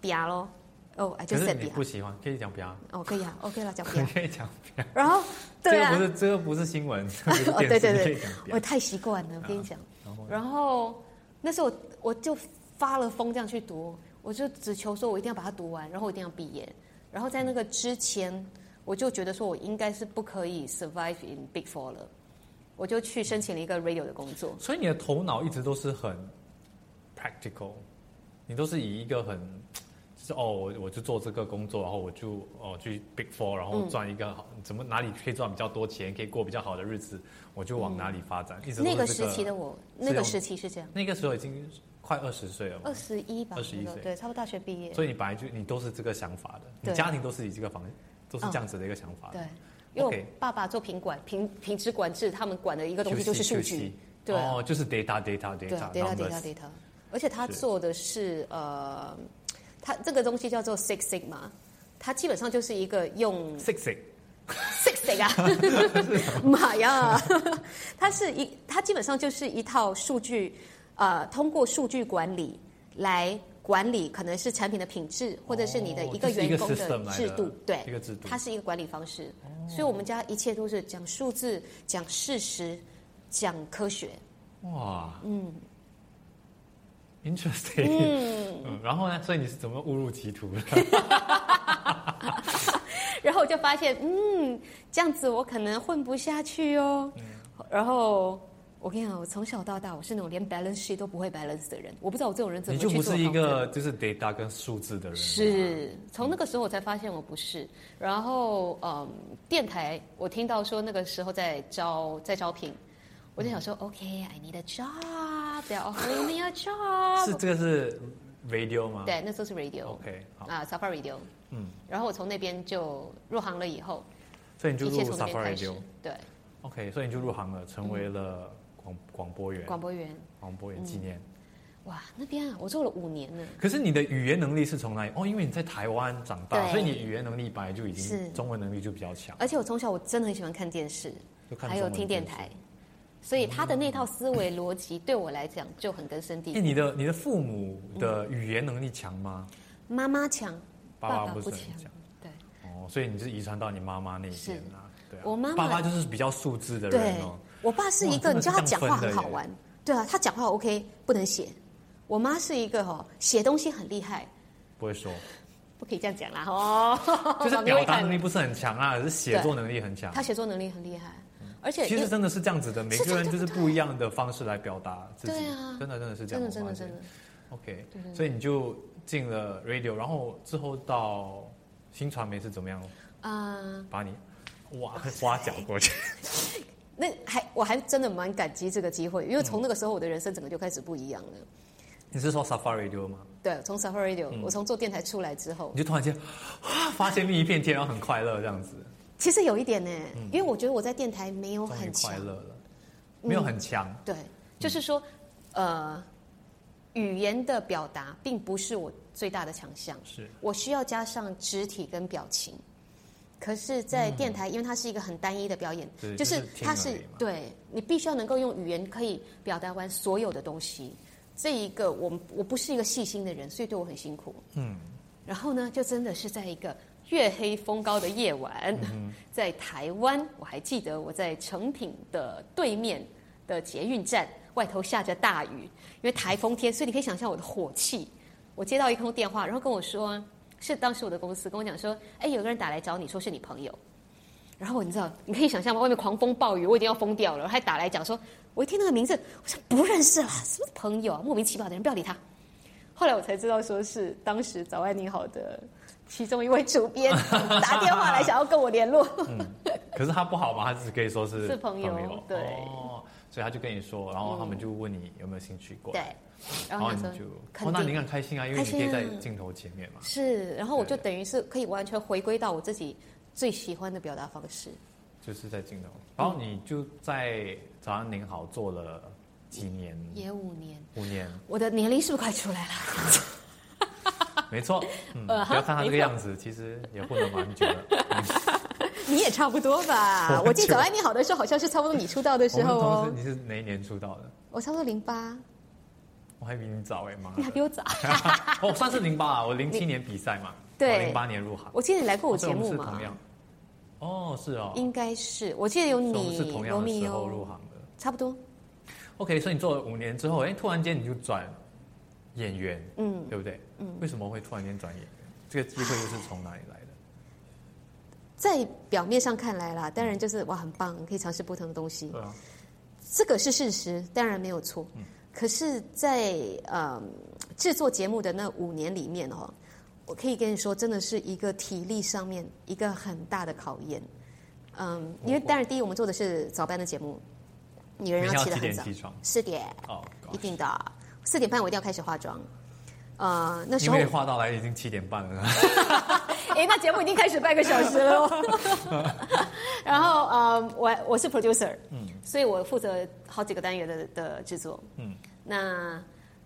Speaker 2: 瘪咯，哦、i
Speaker 1: 可
Speaker 2: just
Speaker 1: 是
Speaker 2: said
Speaker 1: 你
Speaker 2: 瘪
Speaker 1: 不，喜欢，可以讲不要，
Speaker 2: 哦，可以啊，OK 了，讲
Speaker 1: 你
Speaker 2: 瘪。
Speaker 1: 可以讲不要。
Speaker 2: 然后对啊，
Speaker 1: 这个不是这个不是新闻，这个不是
Speaker 2: 哦，
Speaker 1: 电视
Speaker 2: 对对
Speaker 1: 你可以
Speaker 2: 对
Speaker 1: 讲，不要
Speaker 2: 我太习惯了，我跟你讲。
Speaker 1: 啊然后呢
Speaker 2: 然后那时候我我就发了疯这样去读，我就只求说我一定要把它读完，然后我一定要毕业。然后在那个之前，我就觉得说我应该是不可以 survive in big four 了，我就去申请了一个 radio 的工作。
Speaker 1: 所以你的头脑一直都是很 practical，你都是以一个很就是哦，我我就做这个工作，然后我就哦去 big four，然
Speaker 2: 嗯
Speaker 1: 后赚一个好、怎么哪里可以赚比较多钱，可以过比较好的日子，我就往哪里发展。一直都
Speaker 2: 嗯那
Speaker 1: 是
Speaker 2: 个
Speaker 1: 这
Speaker 2: 时期的我，那
Speaker 1: 是
Speaker 2: 个
Speaker 1: 用
Speaker 2: 时期是这样，
Speaker 1: 那个时候已经快二十岁了嘛
Speaker 2: 二，十一吧，
Speaker 1: 21
Speaker 2: 那个
Speaker 1: 岁
Speaker 2: 对，差不多大学毕业。
Speaker 1: 所以你本来就你都是这个想法的，
Speaker 2: 嗯对哦
Speaker 1: 你家庭都是以这个方都是这样子的一个想法的。
Speaker 2: 对，因为
Speaker 1: OK
Speaker 2: 我爸爸做品管、品品质管制，他们管的一个东西就是数
Speaker 1: QC
Speaker 2: 据
Speaker 1: QC，
Speaker 2: 对啊
Speaker 1: 哦，就是 data data
Speaker 2: 对啊
Speaker 1: data
Speaker 2: ，data
Speaker 1: numbers
Speaker 2: data data，而且他
Speaker 1: 是
Speaker 2: 做的是呃，他这个东西叫做 Six Sigma，它基本上就是一个用
Speaker 1: six six
Speaker 2: Six Sig 啊， 妈呀，它是一它基本上就是一套数据，呃，通过数据管理来管理可能是产品的品质，或者是你的
Speaker 1: 哦
Speaker 2: 一个
Speaker 1: 就是一个
Speaker 2: 员工
Speaker 1: system 来的
Speaker 2: 制度，对，
Speaker 1: 一个制度哦
Speaker 2: 它是一个管理方式，所以我们家一切都是讲数字、讲事实、讲科学。
Speaker 1: 哇，嗯，interesting，嗯然后呢？所以你是怎么误入歧途的？
Speaker 2: 然后我就发现，嗯，这样子我可能混不下去哦。
Speaker 1: 嗯
Speaker 2: 然后我跟你讲，我从小到大我是那种连 balance sheet 都不会 balance 的人，我不知道我这种 人怎
Speaker 1: 你
Speaker 2: 么
Speaker 1: 就
Speaker 2: 去
Speaker 1: 不
Speaker 2: 做
Speaker 1: 是一
Speaker 2: accountant
Speaker 1: 个就是 data 跟数字的人，
Speaker 2: 是，从那个时候我才发现我不是。然后，嗯，电台我听到说那个时候在招在招聘，我就想说、o
Speaker 1: 嗯
Speaker 2: k I need a job. They're offering me a
Speaker 1: 是
Speaker 2: job.
Speaker 1: 这个是 radio 吗？
Speaker 2: 对，那时候是 radio
Speaker 1: ，OK，好，
Speaker 2: 啊，Safari Radio。
Speaker 1: 嗯，
Speaker 2: 然后我从那边就入行了以后，
Speaker 1: 所以你就
Speaker 2: 一
Speaker 1: 入
Speaker 2: 切从那边
Speaker 1: Safari
Speaker 2: 开始
Speaker 1: radio，。
Speaker 2: 对，
Speaker 1: OK，所以你就入行了，成为了广广播员，
Speaker 2: 广播嗯员。
Speaker 1: 广播员纪念。
Speaker 2: 哇，那边啊，我做了五年呢。
Speaker 1: 可是你的语言能力是从哪里？哦，因为你在台湾长大，
Speaker 2: 对
Speaker 1: 所以你语言能力本来就已
Speaker 2: 是
Speaker 1: 经中文能力就比较强，
Speaker 2: 而且我从小我真的很喜欢看电视，
Speaker 1: 就看
Speaker 2: 还有
Speaker 1: 中文
Speaker 2: 听电
Speaker 1: 电视
Speaker 2: 台，所以他的那套思维逻辑对我来讲就很根深蒂
Speaker 1: 哎、
Speaker 2: 固。
Speaker 1: 你的你的父母的语言能力强吗？
Speaker 2: 妈妈强，
Speaker 1: 爸
Speaker 2: 爸
Speaker 1: 爸不是
Speaker 2: 不
Speaker 1: 很
Speaker 2: 强
Speaker 1: 强。
Speaker 2: 对，
Speaker 1: 哦，所以你是遗传到你妈妈那一边啊。对啊，
Speaker 2: 我妈妈
Speaker 1: 爸爸就是比较数字的
Speaker 2: 对
Speaker 1: 人哦。，
Speaker 2: 我爸是一个，
Speaker 1: 哇
Speaker 2: 你知道他讲话
Speaker 1: 真的
Speaker 2: 很
Speaker 1: 是
Speaker 2: 好玩，对啊，他讲话 OK，不能写。我妈是一个哦，写东西很厉害，
Speaker 1: 不会说，
Speaker 2: 不可以这样讲啦哦，
Speaker 1: 就是
Speaker 2: 妈咪
Speaker 1: 表
Speaker 2: 会
Speaker 1: 达
Speaker 2: 看
Speaker 1: 能力不是很强啊，可是写作能力很强
Speaker 2: 她。写作能力很厉害，而且
Speaker 1: 嗯其
Speaker 2: 因
Speaker 1: 实真的是这样子的，每
Speaker 2: 是
Speaker 1: 个
Speaker 2: 真
Speaker 1: 人
Speaker 2: 的
Speaker 1: 就是不一样的方式来表达自己。
Speaker 2: 对啊
Speaker 1: 真的真的是这
Speaker 2: 真
Speaker 1: 样。
Speaker 2: 的真
Speaker 1: 我
Speaker 2: 的
Speaker 1: 发
Speaker 2: 真
Speaker 1: 现
Speaker 2: 的，
Speaker 1: OK，所以你就进了 radio，然后之后到新传媒是怎么样
Speaker 2: 啊，
Speaker 1: 把你挖 挖角过去？
Speaker 2: 那还我还真的蛮感激这个机会，
Speaker 1: 嗯
Speaker 2: 因为从那个时候我的人生整个就开始不一样了。
Speaker 1: 你是说 Safari radio 吗？
Speaker 2: 对，从 Safari Radio，、我从做电台出来之后，
Speaker 1: 嗯你就突然间啊，发现另一片天，然后很快乐这样子，
Speaker 2: 其实有一点呢，因为我觉得我在电台没有
Speaker 1: 嗯终于
Speaker 2: 哦很强嗯
Speaker 1: 快，乐嗯了，没有很强。
Speaker 2: 对，就是说，呃，语言的表达并不是我最大的强项，
Speaker 1: 是
Speaker 2: 我需要加上肢体跟表情。可是，在电台，因为它是一个很单一的表演，
Speaker 1: 嗯对就
Speaker 2: 就
Speaker 1: 是
Speaker 2: 是
Speaker 1: 听
Speaker 2: 它
Speaker 1: 而
Speaker 2: 是
Speaker 1: 已嘛
Speaker 2: 对你必须要能够用语言可以表达完所有的东西。这一个我我不是一个细心的人，所以对我很辛苦。
Speaker 1: 嗯，
Speaker 2: 然后呢，就真的是在一个月黑风高的夜晚，
Speaker 1: 嗯
Speaker 2: 在台湾，我还记得我在成品的对面的捷运站外头下着大雨，因为台风天，所以你可以想象我的火气。我接到一通电话，然后跟我说是当时我的公司跟我讲说，哎，有个人打来找你说是你朋友。然后你知道，你可以想象吗？外面狂风暴雨，我已经要疯掉了，然后还打来讲说，我一听那个名字，我说不认识啦，什么朋友啊，莫名其妙的人，不要理他。后来我才知道，说是当时《早安你好》的其中一位主 编打电话来，想要跟我联络。
Speaker 1: 可是他不好嘛，他只可以说是
Speaker 2: 是朋友对
Speaker 1: 哦，所以他就跟你说，然后他们就问你有没有兴趣过
Speaker 2: 嗯对
Speaker 1: 来，，然
Speaker 2: 然后
Speaker 1: 后
Speaker 2: 我
Speaker 1: 你
Speaker 2: 想
Speaker 1: 就
Speaker 2: 说，
Speaker 1: 哦，
Speaker 2: 肯
Speaker 1: 那你
Speaker 2: 定
Speaker 1: 很开心啊，因为
Speaker 2: 开
Speaker 1: 你可
Speaker 2: 心啊
Speaker 1: 以在镜头前面嘛。
Speaker 2: 是，然后我就
Speaker 1: 对
Speaker 2: 等于是可以完全回归到我自己最喜欢的表达方式。
Speaker 1: 就是在镜头，
Speaker 2: 嗯
Speaker 1: 然后你就在早安您好做了几年，
Speaker 2: 也五年，
Speaker 1: 五年，
Speaker 2: 我的年龄是不是快出来了？
Speaker 1: 没 错，嗯，
Speaker 2: 呃
Speaker 1: 不要看他这
Speaker 2: 没
Speaker 1: 个
Speaker 2: 错
Speaker 1: 样子，其实也混了蛮久 了。嗯
Speaker 2: 你也差不多 吧。我记得《早安你好》的时候，好像是差不多你出道的
Speaker 1: 我
Speaker 2: 时
Speaker 1: 们
Speaker 2: 候
Speaker 1: 同时
Speaker 2: 哦。
Speaker 1: 你是哪一年出道的？
Speaker 2: 我差不多零八，
Speaker 1: 我还比你早哎 妈
Speaker 2: 你还
Speaker 1: 的！
Speaker 2: 比我早。
Speaker 1: 哦，算是零八啊，我零七年比赛嘛，
Speaker 2: 对
Speaker 1: 零八年入行。
Speaker 2: 我记得你来过我
Speaker 1: 所以
Speaker 2: 节
Speaker 1: 我们
Speaker 2: 目
Speaker 1: 是
Speaker 2: 嘛
Speaker 1: 同？样。哦，是哦，
Speaker 2: 应该是，我记得有
Speaker 1: 所以我们
Speaker 2: 你
Speaker 1: 是、同
Speaker 2: 罗
Speaker 1: 样的
Speaker 2: 密
Speaker 1: 时候入
Speaker 2: 欧，
Speaker 1: 行的。
Speaker 2: 差不多。
Speaker 1: OK，所以你做了五年之后，哎，突然间你就转演员，
Speaker 2: 嗯
Speaker 1: 对不对？嗯，为什么会突然间转演员？这个机会又是从哪里来的？
Speaker 2: 在表面上看来啦，当然就是哇，很棒，可以尝试不同的东西，
Speaker 1: 对啊，
Speaker 2: 这个是事实，当然没有错。
Speaker 1: 嗯
Speaker 2: 可是在，呃制作节目的那五年里面哦，我可以跟你说，真的是一个体力上面一个很大的考验。嗯，因为当然，第一，我们做的是早班的节目，你仍
Speaker 1: 你
Speaker 2: 然
Speaker 1: 要
Speaker 2: 起得
Speaker 1: 几
Speaker 2: 很
Speaker 1: 点
Speaker 2: 早，
Speaker 1: 起床？
Speaker 2: 四点
Speaker 1: 哦，
Speaker 2: 一定的，四点半我一定要开始化妆。呃，那时
Speaker 1: 因
Speaker 2: 候
Speaker 1: 为，画到来已经七点半了，
Speaker 2: 哎，那节目已经开始半个小时了哦。 然后呃，我我是 producer，嗯，所以我负责好几个单元的的制作，嗯，那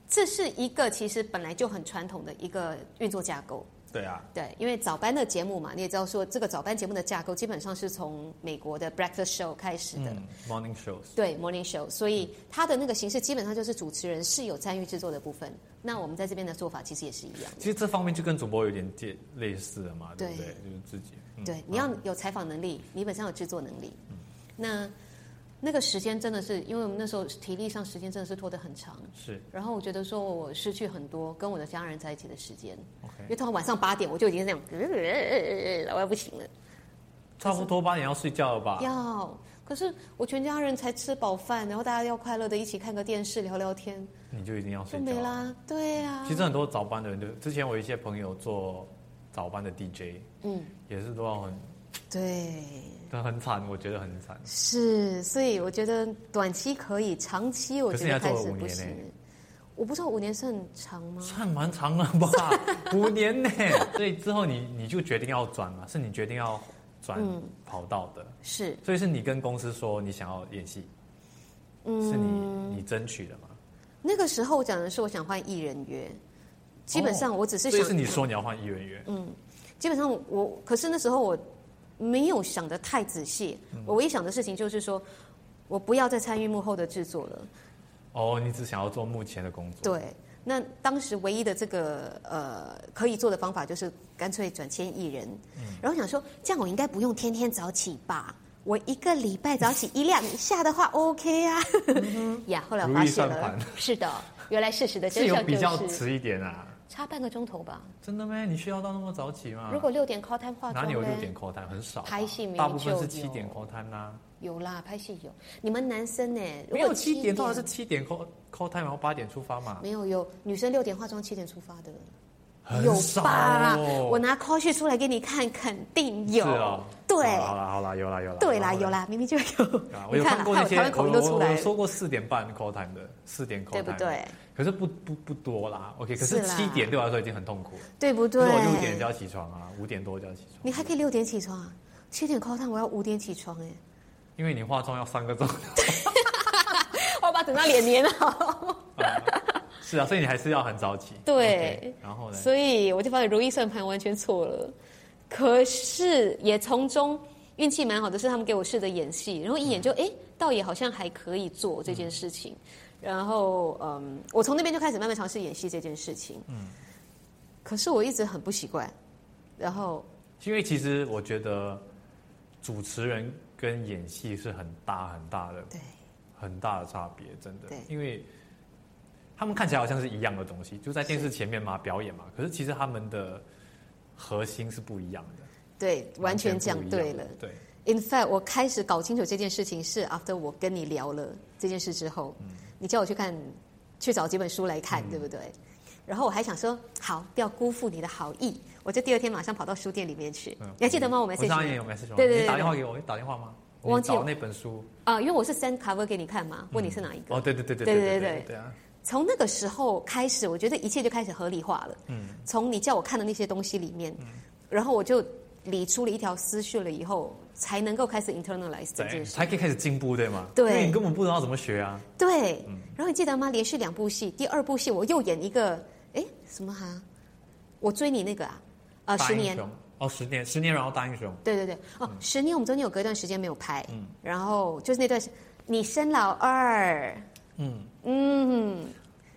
Speaker 2: 这是一个其实本来就很传统的一个运作架构，
Speaker 1: 对啊，
Speaker 2: 对，因为早班的节目嘛，你也知道说这个早班节目的架构基本上是从美国的 breakfast show 开始的，
Speaker 1: 嗯，morning shows。
Speaker 2: 对 morning show，所以它的那个形式基本上就是主持人是有参与制作的部分，那我们在这边的做法其实也是一样。
Speaker 1: 其实这方面就跟主播有点接类似了嘛，对不
Speaker 2: 对
Speaker 1: 对？就是自己，嗯
Speaker 2: 对，你要有采访能力，你本身有制作能力。那那个时间真的是，因为我们那时候体力上时间真的是拖得很长，
Speaker 1: 是
Speaker 2: 然后我觉得说我失去很多跟我的家人在一起的时间，因
Speaker 1: OK，
Speaker 2: 为通常晚上八点我就已经这样，呃我要不行了。
Speaker 1: 差不多八点要睡觉了吧？
Speaker 2: 要，可是我全家人才吃饱饭，然后大家要快乐的一起看个电视聊聊天，
Speaker 1: 你就一定要
Speaker 2: 就
Speaker 1: 睡
Speaker 2: 没
Speaker 1: 觉。
Speaker 2: 啦。对啊，
Speaker 1: 其实很多早班的人都，之前我有一些朋友做早班的 DJ，
Speaker 2: 嗯，
Speaker 1: 也是都要很
Speaker 2: 对，
Speaker 1: 都很惨，我觉得很惨。
Speaker 2: 是，所以我觉得短期可以，长期我
Speaker 1: 可是
Speaker 2: 觉得
Speaker 1: 你还
Speaker 2: 开
Speaker 1: 做
Speaker 2: 始
Speaker 1: 了五
Speaker 2: 不
Speaker 1: 年欸
Speaker 2: 行
Speaker 1: 呢。
Speaker 2: 我不知道五年是很长吗？
Speaker 1: 算蛮长了吧，五年呢。所以之后你你就决定要转嘛，是你决定要转
Speaker 2: 嗯
Speaker 1: 跑道的，
Speaker 2: 是，
Speaker 1: 所以是你跟公司说你想要演戏，是
Speaker 2: 嗯
Speaker 1: 你你争取的嘛？
Speaker 2: 那个时候我讲的是我想换艺人约，基本上我只是
Speaker 1: 哦所
Speaker 2: 想，嗯
Speaker 1: 以是你说你要换艺人员，
Speaker 2: 基本上我，可是那时候我没有想得太仔细，
Speaker 1: 嗯
Speaker 2: 我唯一想的事情就是说，我不要再参与幕后的制作了。
Speaker 1: 哦，你只想要做目前的工作，
Speaker 2: 对，那当时唯一的这个呃可以做的方法就是干脆转签艺人，
Speaker 1: 嗯
Speaker 2: 然后想说这样我应该不用天天早起吧。我一个礼拜早起一两下的话，OK 啊， 呀、后来
Speaker 1: 嗯
Speaker 2: 我
Speaker 1: 如
Speaker 2: 发
Speaker 1: 意
Speaker 2: 现
Speaker 1: 算
Speaker 2: 了
Speaker 1: 盘，
Speaker 2: 是的，原来事实的
Speaker 1: 是
Speaker 2: 真
Speaker 1: 有
Speaker 2: 相就
Speaker 1: 比较
Speaker 2: 是
Speaker 1: 迟一点啊。
Speaker 2: 差半个钟头吧。
Speaker 1: 真的咩？你需要到那么早起吗？
Speaker 2: 如果六点 call time 化妆
Speaker 1: 啊哪里有六点
Speaker 2: 呢？
Speaker 1: call time 很少吧，
Speaker 2: 拍戏明明
Speaker 1: 大部分是
Speaker 2: 就有
Speaker 1: 七点 call time 啦，
Speaker 2: 有啦，拍戏有。你们男生呢？如
Speaker 1: 没
Speaker 2: 果
Speaker 1: 有七点通常是七点 call call time，然后八点出发嘛，
Speaker 2: 没有有女生六点化妆，七点出发的。
Speaker 1: 很
Speaker 2: 有
Speaker 1: 少
Speaker 2: 吧？
Speaker 1: 哦
Speaker 2: 我拿 call sheet 出来给你看，肯定有。
Speaker 1: 是哦，
Speaker 2: 对，
Speaker 1: 好啦好啦，有啦有啦，
Speaker 2: 对啦，有
Speaker 1: 啦。
Speaker 2: 啦，明明就有
Speaker 1: 啊。我
Speaker 2: 你
Speaker 1: 有
Speaker 2: 看
Speaker 1: 看
Speaker 2: 啦，
Speaker 1: 过
Speaker 2: 还
Speaker 1: 那
Speaker 2: 有
Speaker 1: 些
Speaker 2: 台，湾
Speaker 1: 我
Speaker 2: 口音都出
Speaker 1: 我
Speaker 2: 来
Speaker 1: 我
Speaker 2: 了，
Speaker 1: 说过四点半 call time 的，四点 call
Speaker 2: 对
Speaker 1: time，
Speaker 2: 不
Speaker 1: 的
Speaker 2: 对？
Speaker 1: 可是不不不多啦，OK，可是
Speaker 2: 是啦
Speaker 1: 七点对我来说已经很痛苦了，
Speaker 2: 对不
Speaker 1: 可是我六点就
Speaker 2: 对？
Speaker 1: 要起床啊，五点多就要起床，
Speaker 2: 你还可以六点起床啊？七点 call time，我要五点起床哎、
Speaker 1: 因为你化妆要三个钟，
Speaker 2: 我把等到脸黏好。
Speaker 1: 是啊，所以你还是要很早起，
Speaker 2: 对
Speaker 1: OK，然后呢？
Speaker 2: 所以我就发现如意算盘完全错了。可是也从中运气蛮好的，是他们给我试着演戏，然后一演就哎、诶倒也好像还可以做这件事情。然后嗯，我从那边就开始慢慢尝试演戏这件事情。嗯，可是我一直很不习惯。然后
Speaker 1: 因为其实我觉得主持人跟演戏是很大很大的
Speaker 2: 对
Speaker 1: 很大的差别，真的
Speaker 2: 对。
Speaker 1: 因为他们看起来好像是一样的东西，就在电视前面嘛，表演嘛。可是其实他们的核心是不一样的，
Speaker 2: 对，完全讲
Speaker 1: 不一样
Speaker 2: 对了。
Speaker 1: 对，
Speaker 2: In fact，我开始搞清楚这件事情是 after 我跟你聊了这件事之后，
Speaker 1: 嗯
Speaker 2: 你叫我去看，去找几本书来看，对不对？然后我还想说，好，不要辜负你的好意，我就第二天马上跑到书店里面去。你还记得吗？我们
Speaker 1: 嗯我上一年
Speaker 2: message
Speaker 1: 有 message 吗
Speaker 2: 对对对
Speaker 1: 你打电话给我，你打电话吗？
Speaker 2: 我忘记了
Speaker 1: 你找那本书
Speaker 2: 你啊、因为我是 send cover 给你看嘛，问你是哪一个。
Speaker 1: 哦，对对对对
Speaker 2: 对对
Speaker 1: 对
Speaker 2: 对
Speaker 1: 对对啊！
Speaker 2: 从那个时候开始，我觉得一切就开始合理化了。嗯，从你叫我看的那些东西里面，
Speaker 1: 嗯
Speaker 2: 然后我就理出了一条思绪了，以后才能够开始 internalize 这
Speaker 1: 对，啊
Speaker 2: 件事。
Speaker 1: 才可以开始进步，对吗？
Speaker 2: 对
Speaker 1: 因为你根本不知道怎么学啊。
Speaker 2: 对，然后你记得吗？连续两部戏，第二部戏我又演一个，哎，什么哈、我追你那个啊，啊、
Speaker 1: 大
Speaker 2: 十
Speaker 1: 英
Speaker 2: 年。
Speaker 1: 雄哦，十年，十年，然后大英雄，
Speaker 2: 对对对，哦，
Speaker 1: 嗯
Speaker 2: 十年我们中间有隔一段时间没有拍，然后就是那段时，你生老二，
Speaker 1: 嗯
Speaker 2: 嗯，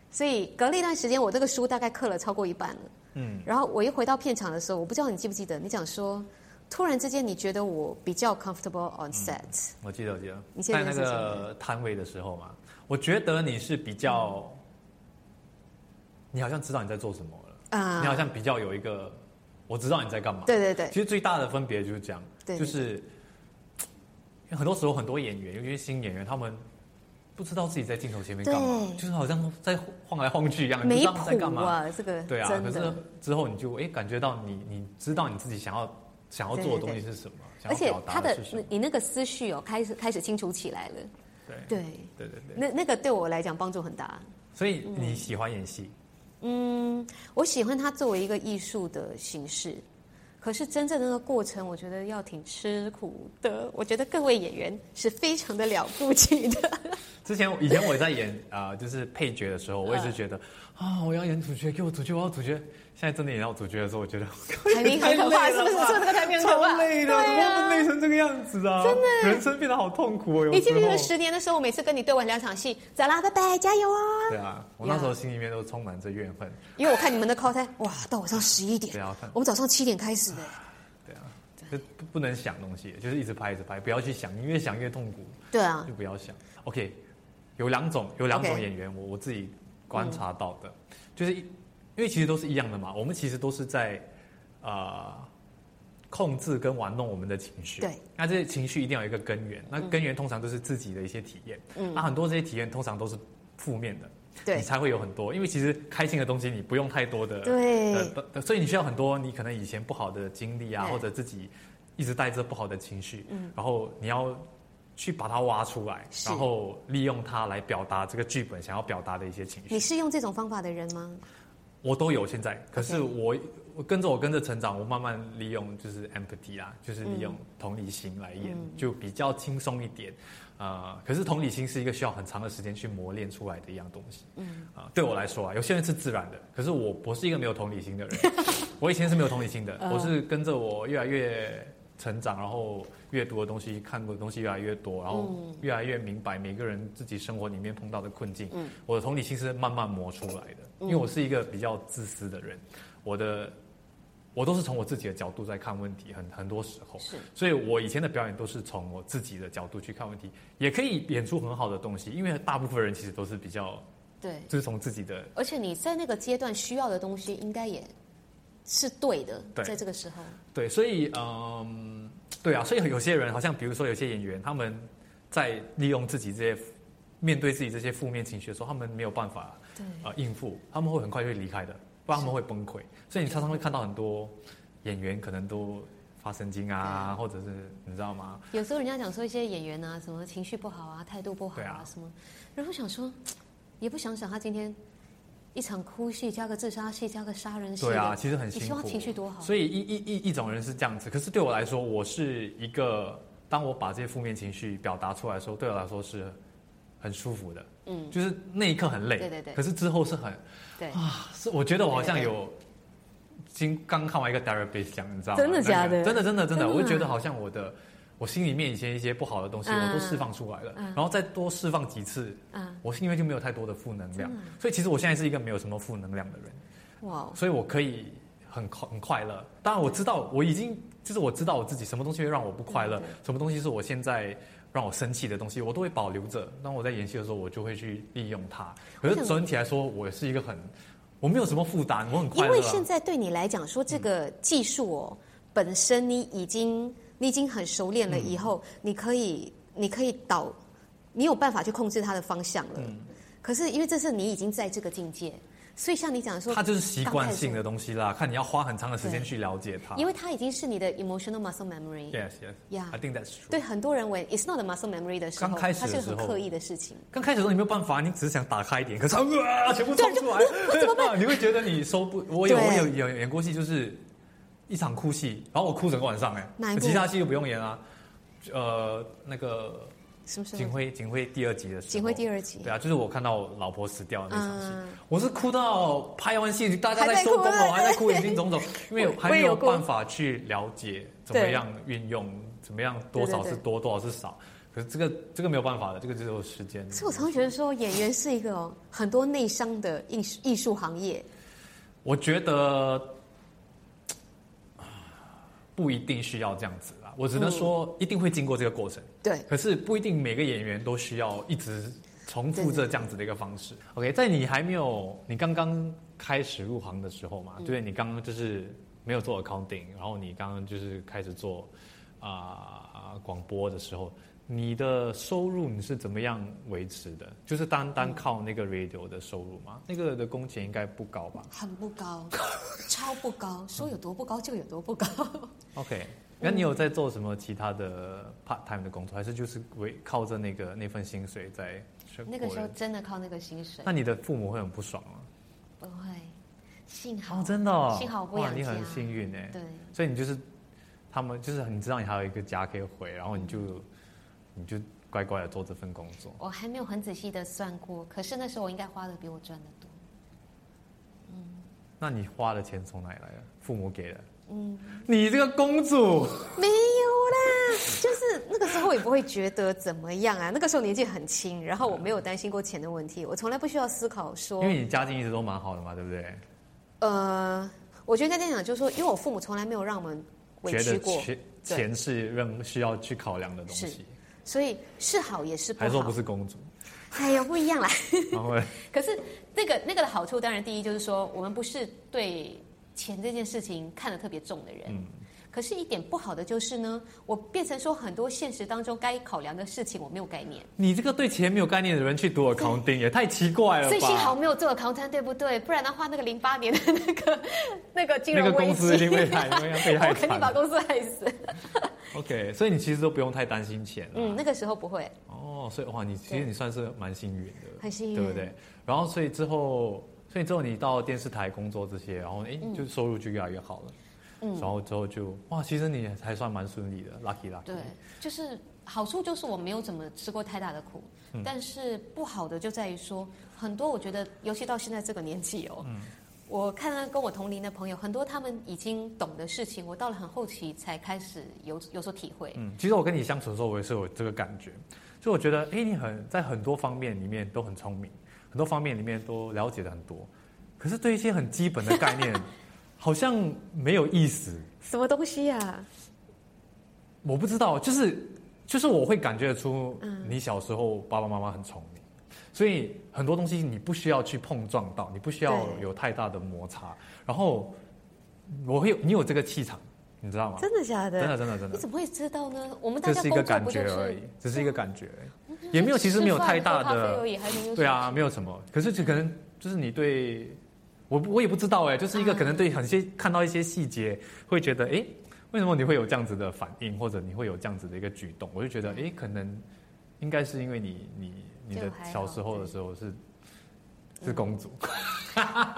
Speaker 2: 所以隔了一段时间，我这个书大概刻了超过一半了。
Speaker 1: 嗯，
Speaker 2: 然后我一回到片场的时候，我不知道你记不记得，你讲说，突然之间你觉得我比较 comfortable on set，、
Speaker 1: 我记得，我记得
Speaker 2: 你，记得
Speaker 1: 在
Speaker 2: 那
Speaker 1: 那
Speaker 2: 是什么
Speaker 1: 个摊位的时候嘛，我觉得你是比较，你好像知道你在做什么了，
Speaker 2: 啊
Speaker 1: 你好像比较有一个，我知道你在干嘛。
Speaker 2: 对对对
Speaker 1: 其实最大的分别就是这样，
Speaker 2: 对
Speaker 1: 就是因为很多时候很多演员，尤其是新演员，他们不知道自己在镜头前面干嘛，
Speaker 2: 对
Speaker 1: 就是好像在晃来晃去一样，你不知
Speaker 2: 没
Speaker 1: 道他们在干
Speaker 2: 谱
Speaker 1: 嘛。
Speaker 2: 啊，这个
Speaker 1: 对啊，
Speaker 2: 真
Speaker 1: 可
Speaker 2: 的。
Speaker 1: 是之后你就哎感觉到你你知道你自己想要想要做的
Speaker 2: 对
Speaker 1: 东
Speaker 2: 对
Speaker 1: 西是什么，想
Speaker 2: 而
Speaker 1: 要
Speaker 2: 且
Speaker 1: 表达
Speaker 2: 他的
Speaker 1: 是什么，
Speaker 2: 你那个思绪哦，开始开始清楚起来了。
Speaker 1: 对
Speaker 2: 对，
Speaker 1: 对对对。
Speaker 2: 那那个对我来讲帮助很大。
Speaker 1: 所以你喜欢演戏，
Speaker 2: 嗯，我喜欢它作为一个艺术的形式，可是真正的那个过程，我觉得要挺吃苦的。我觉得各位演员是非常的了不起 的。
Speaker 1: 之前以前我在演 啊、呃就是配角的时候，
Speaker 2: 嗯
Speaker 1: 我也是觉得啊，我要演主角，给我主角，我要主角。现在真的演到主角的时候，我觉得
Speaker 2: 排名很可怕，
Speaker 1: 太累
Speaker 2: 是
Speaker 1: 了
Speaker 2: 不是？
Speaker 1: 吧
Speaker 2: 做这个排名很可
Speaker 1: 超
Speaker 2: 怕，
Speaker 1: 累的，
Speaker 2: 对
Speaker 1: 怎么
Speaker 2: 啊。
Speaker 1: 会累成这个样子啊！真的，人生变得好痛苦哦。有
Speaker 2: 你记不记得
Speaker 1: 时候
Speaker 2: 十年的时候，我每次跟你对完两场戏，走啦，拜拜，加油哦！
Speaker 1: 对啊，我那时候心里面都充满着怨恨。
Speaker 2: 因为我看你们的 call time，哇，到晚上十一点
Speaker 1: 对啊我看，
Speaker 2: 我们早上七点开始的。
Speaker 1: 对啊，就不不能想东西，就是一直拍一直拍，不要去想，你越想越痛苦。
Speaker 2: 对啊
Speaker 1: 就，不要想。OK，有两种有两种
Speaker 2: OK 嗯
Speaker 1: 演员我我自己观察到的，就是一因为其实都是一样的嘛，我们其实都是在呃控制跟玩弄我们的情绪。
Speaker 2: 对，嗯
Speaker 1: 那这些情绪一定要有一个根源，那根源通常都是自己的一些体验。嗯，那很多这些体验通常都是负面的。
Speaker 2: 对
Speaker 1: 你才会有很多，因为其实开心的东西你不用太多的，
Speaker 2: 对
Speaker 1: 的的的所以你需要很多你可能以前不好的经历啊，
Speaker 2: 对
Speaker 1: 或者自己一直带着不好的情绪，嗯，然后你要去把它挖出来，
Speaker 2: 是
Speaker 1: 然后利用它来表达这个剧本想要表达的一些情绪。
Speaker 2: 你是用这种方法的人吗？
Speaker 1: 我都有现在，可是我我跟着我跟着成长，我慢慢利用就是 empathy 啦，就是利用
Speaker 2: 嗯
Speaker 1: 同理心来演，就比较轻松一点。呃，可是同理心是一个需要很长的时间去磨练出来的一样东西。嗯，啊、对我来说啊，有些人是自然的，可是我我是一个没有同理心的人。 我以前是没有同理心的，我是跟着我越来越成长，然后阅读的东西、看过的东西越来越多，然后越来越明白每个人自己生活里面碰到的困境。我的同理心是慢慢磨出来的，因为我是一个比较自私的人，我的我都是从我自己的角度在看问题，很很多时候
Speaker 2: 是
Speaker 1: 所以我以前的表演都是从我自己的角度去看问题，也可以演出很好的东西，因为大部分人其实都是比较
Speaker 2: 对，
Speaker 1: 就是从自己的
Speaker 2: 而且你在那个阶段需要的东西应该也是对的，
Speaker 1: 对
Speaker 2: 在这个时候，
Speaker 1: 对，所以嗯，对啊，所以有些人好像比如说有些演员，他们在利用自己这些面对自己这些负面情绪的时候，他们没有办法
Speaker 2: 对
Speaker 1: 呃应付，他们会很快就会离开的，不然他们会崩溃。所以你常常会看到很多演员可能都发神经啊，或者是你知道吗？
Speaker 2: 有时候人家讲说一些演员啊，什么情绪不好啊，态度不好
Speaker 1: 对
Speaker 2: 啊，
Speaker 1: 啊
Speaker 2: 什么，然后想说，也不想想他今天一场哭戏加个自杀戏加个杀人戏的，
Speaker 1: 对啊，其实很
Speaker 2: 你
Speaker 1: 辛苦。
Speaker 2: 希望他情绪多好？
Speaker 1: 所以一一一一种人是这样子，可是对我来说，我是一个当我把这些负面情绪表达出来的时候，对我来说是很舒服的。
Speaker 2: 嗯，
Speaker 1: 就是那一刻很累，
Speaker 2: 对对对
Speaker 1: 可是之后是很
Speaker 2: 对，
Speaker 1: 啊，是我觉得我好像
Speaker 2: 对对
Speaker 1: 有。今刚看完一个 therapist 讲，你知道吗？
Speaker 2: 真的假的
Speaker 1: 那个真的真的真
Speaker 2: 真的
Speaker 1: 的，
Speaker 2: 啊
Speaker 1: 我就觉得好像我的我心里面以前一些不好的东西，
Speaker 2: 嗯
Speaker 1: 我都释放出来了，然后再多释放几次，
Speaker 2: 嗯
Speaker 1: 我心里面就没有太多的负能量。所以其实我现在是一个没有什么负能量的人。
Speaker 2: 哇哦，
Speaker 1: 所以我可以很快很快乐。当然我知道我已经就是我知道我自己什么东西会让我不快乐
Speaker 2: 嗯对对，
Speaker 1: 什么东西是我现在让我生气的东西，我都会保留着。当我在演戏的时候，我就会去利用它。可
Speaker 2: 我
Speaker 1: 是
Speaker 2: 想
Speaker 1: 整体来说，我是一个很我没有什么负担，我很快
Speaker 2: 因
Speaker 1: 乐、嗯啊。
Speaker 2: 为现在对你来讲说这个技术哦，本身你已经你已经很熟练
Speaker 1: 嗯
Speaker 2: 了，以后、你可以你可以导，你有办法去控制它的方向了。
Speaker 1: 嗯
Speaker 2: 可是因为这是你已经在这个境界，所以像你讲说，
Speaker 1: 它就是习惯性的东西啦，看你要花很长的时间去了解它。
Speaker 2: 因为它已经是你的 emotional muscle memory。
Speaker 1: yes yes
Speaker 2: Yeah
Speaker 1: I think that's true.
Speaker 2: 对很多人为 it's not a muscle memory 的时候，
Speaker 1: 刚开始
Speaker 2: 它
Speaker 1: 的
Speaker 2: 是个
Speaker 1: 时候
Speaker 2: 很刻意的事情。
Speaker 1: 刚开始的时候你没有办法，你只是想打开一点，可是啊，全部冲出来，怎么办？你会觉得你收不，我有
Speaker 2: 对
Speaker 1: 我有有演过戏，就是一场哭戏，然后我哭整个晚上哎、
Speaker 2: 哪一部
Speaker 1: 其他戏就不用演啊。呃，那个
Speaker 2: 什么时
Speaker 1: 警
Speaker 2: 候？
Speaker 1: 徽警徽第二集的时候，
Speaker 2: 警徽第二集
Speaker 1: 对啊，就是我看到我老婆死掉的那场戏，
Speaker 2: 嗯
Speaker 1: 我是哭到拍完戏大家
Speaker 2: 还在
Speaker 1: 在收工
Speaker 2: 哭啊对
Speaker 1: 了，我还在哭，眼睛 肿肿，因为
Speaker 2: 我
Speaker 1: 还
Speaker 2: 我也
Speaker 1: 没
Speaker 2: 有
Speaker 1: 有
Speaker 2: 过
Speaker 1: 办法去了解怎么
Speaker 2: 对
Speaker 1: 样运用，怎么样多少是多，多少是少。可是这个这个没有办法的，这个只有时间。
Speaker 2: 所以我常常觉得说，演员是一个哦很多内伤的艺术艺术行业。
Speaker 1: 我觉得啊不一定需要这样子啦，我只能说一定会经过这个过程，
Speaker 2: 对，
Speaker 1: 可是不一定每个演员都需要一直重复着这样子的一个方式。OK，在你还没有你刚刚开始入行的时候嘛，对，你刚刚就是没有做 accounting，然后你刚刚就是开始做啊、广播的时候。你的收入你是怎么样维持的？就是单单靠那个 radio 的收入吗？那个的工钱应该不高吧？
Speaker 2: 很不高，超不高，说有多不高就有多不高。嗯
Speaker 1: OK，那你有在做什么其他的 part time 的工作，还是就是为靠着那个那份薪水在生活？
Speaker 2: 那个时候，真的靠那个薪水
Speaker 1: 那，你的父母会很不爽吗？
Speaker 2: 不会，幸好、
Speaker 1: 哦，真的、哦，
Speaker 2: 幸好我不
Speaker 1: 哇，
Speaker 2: 养
Speaker 1: 你很
Speaker 2: 家
Speaker 1: 幸运哎。
Speaker 2: 对，
Speaker 1: 所以你就是他们就是你知道你还有一个家可以回，然后你就
Speaker 2: 嗯
Speaker 1: 你就乖乖的做这份工作。
Speaker 2: 我还没有很仔细的算过，可是那时候我应该花的比我赚的多。
Speaker 1: 那你花的钱从哪里来的？啊父母给的。嗯，你这个公主，
Speaker 2: 没有啦，就是那个时候也不会觉得怎么样啊，那个时候年纪很轻，然后我没有担心过钱的问题，我从来不需要思考说
Speaker 1: 因，为你家境一直都蛮好的嘛，对不对？嗯
Speaker 2: 呃，我觉得应该这样讲，就是说，因为我父母从来没有让我们委
Speaker 1: 觉
Speaker 2: 屈
Speaker 1: 得
Speaker 2: 过，
Speaker 1: 钱
Speaker 2: 对
Speaker 1: 钱是任需要去考量的东
Speaker 2: 是
Speaker 1: 西，
Speaker 2: 所以是好也是不
Speaker 1: 还说
Speaker 2: 好
Speaker 1: 不。是公 主，
Speaker 2: 哎呀，不一样啦。
Speaker 1: 然后嘞
Speaker 2: 可是那个那个的好
Speaker 1: 嗯
Speaker 2: 处，当然第一就是说，我们不是对钱这件事情看得特别重的人。可是，一点不好的就是呢，我变成说很多现实当中该考量的事情我没有概念，
Speaker 1: 你这个对钱没有概念的人去读 accounting 也太奇怪了吧？
Speaker 2: 所以幸好没有做 accountant，对不对？不然的话，那个零八年的那个那个金
Speaker 1: 那
Speaker 2: 融
Speaker 1: 个
Speaker 2: 危
Speaker 1: 公
Speaker 2: 机，
Speaker 1: 司一定会害，因为要被害
Speaker 2: 我肯定
Speaker 1: 惨
Speaker 2: 把。公司害死。
Speaker 1: OK，所以你其实都不用太担心钱、啊。
Speaker 2: 嗯，那个时候不会，
Speaker 1: 哦，所以哇，你其实
Speaker 2: 对
Speaker 1: 你算是蛮幸运的，
Speaker 2: 很幸运
Speaker 1: 对不对？然后所以之后，所以之后你到电视台工作这些，然后哎，
Speaker 2: 嗯
Speaker 1: 就收入就越来越好了。嗯，然后之后就哇，其实你还算蛮顺利的，lucky lucky。
Speaker 2: 对，就是好处就是我没有怎么吃过太大的苦，
Speaker 1: 嗯
Speaker 2: 但是不好的就在于说，很多我觉得，尤其到现在这个年纪哦，
Speaker 1: 嗯
Speaker 2: 我看到跟我同龄的朋友，很多他们已经懂的事情，我到了很后期才开始有有所体会。
Speaker 1: 嗯，其实我跟你相处的时候，我也是有这个感觉，就我觉得，哎，你很在很多方面里面都很聪明，很多方面里面都了解的很多，可是对一些很基本的 概念，好像没有意思。
Speaker 2: 什么东西呀、啊？
Speaker 1: 我不知道，就是就是我会感觉得出，你小时候爸爸妈妈很聪明，所以很多东西你不需要去碰撞到，你不需要
Speaker 2: 对
Speaker 1: 有太大的摩擦。然后我会有你有这个气场，你知道吗？
Speaker 2: 真的假的？
Speaker 1: 真的真的真
Speaker 2: 你
Speaker 1: 的，
Speaker 2: 怎么会知道呢？我们大
Speaker 1: 这
Speaker 2: 家
Speaker 1: 是一
Speaker 2: 工
Speaker 1: 个
Speaker 2: 作
Speaker 1: 感
Speaker 2: 不
Speaker 1: 觉
Speaker 2: 就
Speaker 1: 而已
Speaker 2: 是，嗯
Speaker 1: 只是一个感觉而已，也没有其实没有
Speaker 2: 吃饭
Speaker 1: 太大
Speaker 2: 喝咖啡
Speaker 1: 的
Speaker 2: 而，已，还能有
Speaker 1: 对
Speaker 2: 什
Speaker 1: 啊，
Speaker 2: 么
Speaker 1: 没有什么。可是就可能就是你对我我也不知道哎，就是一
Speaker 2: 啊
Speaker 1: 个可能对很些看到一些细节会觉得哎，诶为什么你会有这样子的反应，或者你会有这样子的一个举动？我就觉得哎，诶可能应该是因为你你你的
Speaker 2: 就还好
Speaker 1: 小时候的时候是。是公主，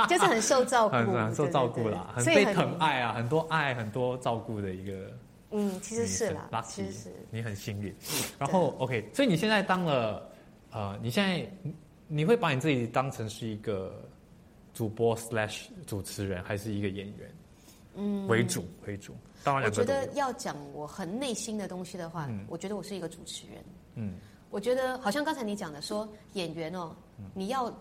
Speaker 2: 就是很受照 顾，
Speaker 1: 很很受
Speaker 2: 对对
Speaker 1: 照顾
Speaker 2: 对
Speaker 1: 啦，很
Speaker 2: 所
Speaker 1: 被
Speaker 2: 以
Speaker 1: 疼爱啊，很多爱，很多照顾的一个
Speaker 2: 嗯，其
Speaker 1: 女
Speaker 2: 实是
Speaker 1: 生
Speaker 2: 啦，
Speaker 1: ，lucky，
Speaker 2: 其实是。
Speaker 1: 你很幸运。然后 OK，所以你现在当了呃，你现在你你会把你自己当成是一个主播 slash 主持人，还是一个演员？嗯，为主为主，当然
Speaker 2: 我
Speaker 1: 两个
Speaker 2: 觉
Speaker 1: 都
Speaker 2: 得
Speaker 1: 有。
Speaker 2: 要讲我很内心的东西的话，
Speaker 1: 嗯
Speaker 2: 我觉得我是一个主持人。
Speaker 1: 嗯，
Speaker 2: 我觉得好像刚才你讲的说演员哦，你要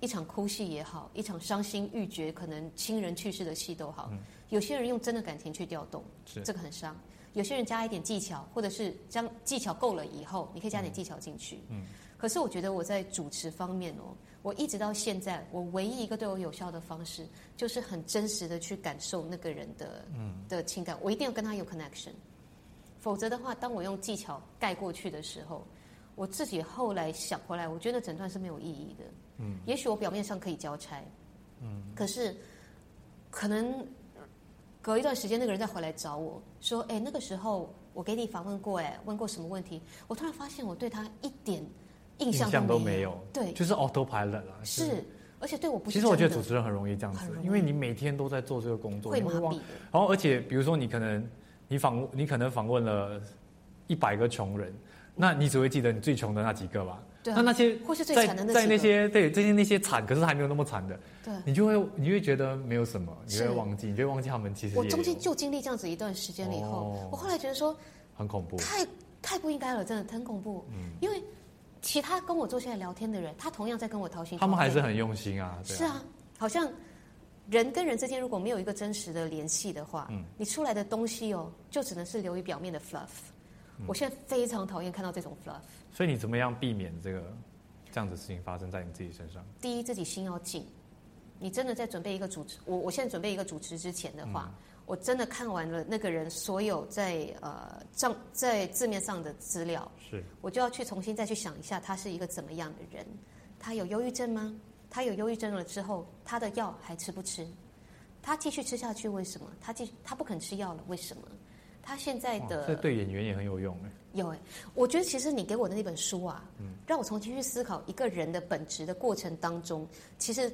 Speaker 2: 一场哭戏也好，一场伤心欲绝、可能亲人去世的戏都好，有些人用真的感情去调动，
Speaker 1: 是
Speaker 2: 这个很伤；有些人加一点技巧，或者是将技巧够了以后，你可以加点技巧进去。嗯，可是我觉得我在主持方面哦，我一直到现在，我唯一一个对我有效的方式，就是很真实的去感受那个人的、的情感，我一定要跟他有 connection。否则的话，当我用技巧盖过去的时候，我自己后来想回来，我觉得整段是没有意义的。嗯，也许我表面上可以交差，嗯，可是可能隔一段时间，那个人再回来找我说：“哎，那个时候我给你访问过，哎，问过什么问题？”我突然发现我对他一点印象
Speaker 1: 都
Speaker 2: 没
Speaker 1: 有，
Speaker 2: 对，，
Speaker 1: 就是 autopilot 啦。就是
Speaker 2: 而且对我不是
Speaker 1: 其实我觉得
Speaker 2: 真
Speaker 1: 主
Speaker 2: 的
Speaker 1: 持人很容易这样
Speaker 2: 很
Speaker 1: 子
Speaker 2: 容，易
Speaker 1: 因为你每天都在做这个工作，
Speaker 2: 会
Speaker 1: 你
Speaker 2: 麻
Speaker 1: 忘
Speaker 2: 痹的，
Speaker 1: 然后，而且比如说，你可能你访你可能访问了一百个穷人，那你只会记得你最穷的那几个吧？
Speaker 2: 对
Speaker 1: 那
Speaker 2: 啊
Speaker 1: 那些
Speaker 2: 或是最
Speaker 1: 在
Speaker 2: 惨的那
Speaker 1: 在
Speaker 2: 几
Speaker 1: 那
Speaker 2: 个
Speaker 1: 些对这些那些惨，可是还没有那么惨的，
Speaker 2: 对。
Speaker 1: 你就会你会觉得没有什么，你会
Speaker 2: 是
Speaker 1: 忘记，你就会忘记他们其实
Speaker 2: 我
Speaker 1: 也
Speaker 2: 中间
Speaker 1: 有
Speaker 2: 就经历这样子一段时间了以后，
Speaker 1: 哦
Speaker 2: 我后来觉得说
Speaker 1: 很恐怖。嗯
Speaker 2: 太太不应该了，真的很恐怖。因为其他跟我坐下来聊天的人，他同样在跟我掏心
Speaker 1: 他
Speaker 2: 掏肺，
Speaker 1: 们还是很用心啊，对
Speaker 2: 是啊，好像人跟人之间如果没有一个真实的联系的话，
Speaker 1: 嗯
Speaker 2: 你出来的东西哦，就只能是流于表面的 fluff。
Speaker 1: 嗯
Speaker 2: 我现在非常讨厌看到这种 fluff。
Speaker 1: 所以你怎么样避免这个这样子的事情发生在你自己身上？
Speaker 2: 第一，自己心要静。你真的在准备一个主持，我我现在准备一个主持之前的话，
Speaker 1: 嗯
Speaker 2: 我真的看完了那个人所有在呃账在字面上的资料，
Speaker 1: 是
Speaker 2: 我就要去重新再去想一下，他是一个怎么样的人？他有忧郁症吗？他有忧郁症了之后，他的药还吃不吃？他继续吃下去为什么？他继他不肯吃药了为什么？他现在
Speaker 1: 哇
Speaker 2: 的
Speaker 1: 这对演员也很有用哎。
Speaker 2: 有哎、我觉得其实你给我的那本书啊，
Speaker 1: 嗯
Speaker 2: 让我重新去思考一个人的本质的过程当中，其实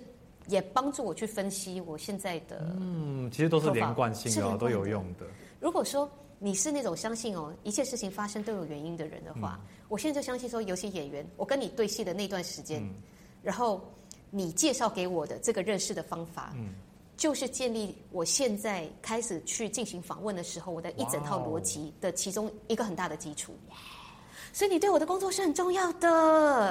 Speaker 2: 也帮助我去分析我现在的。
Speaker 1: 嗯，其实都是
Speaker 2: 做法
Speaker 1: 连贯性
Speaker 2: 是
Speaker 1: 的、
Speaker 2: 连
Speaker 1: 啊，
Speaker 2: 贯
Speaker 1: 都有
Speaker 2: 的
Speaker 1: 用的。
Speaker 2: 如果说你是那种相信哦一切事情发生都有原因的人的话，
Speaker 1: 嗯
Speaker 2: 我现在就相信说，有些演员，我跟你对戏的那段时间，
Speaker 1: 嗯
Speaker 2: 然后你介绍给我的这个认识的方法，
Speaker 1: 嗯
Speaker 2: 就是建立我现在开始去进行访问的时候，我的一整套
Speaker 1: 哇哦
Speaker 2: 逻辑的其中一个很大的基础。所以你对我的工作是很重要的。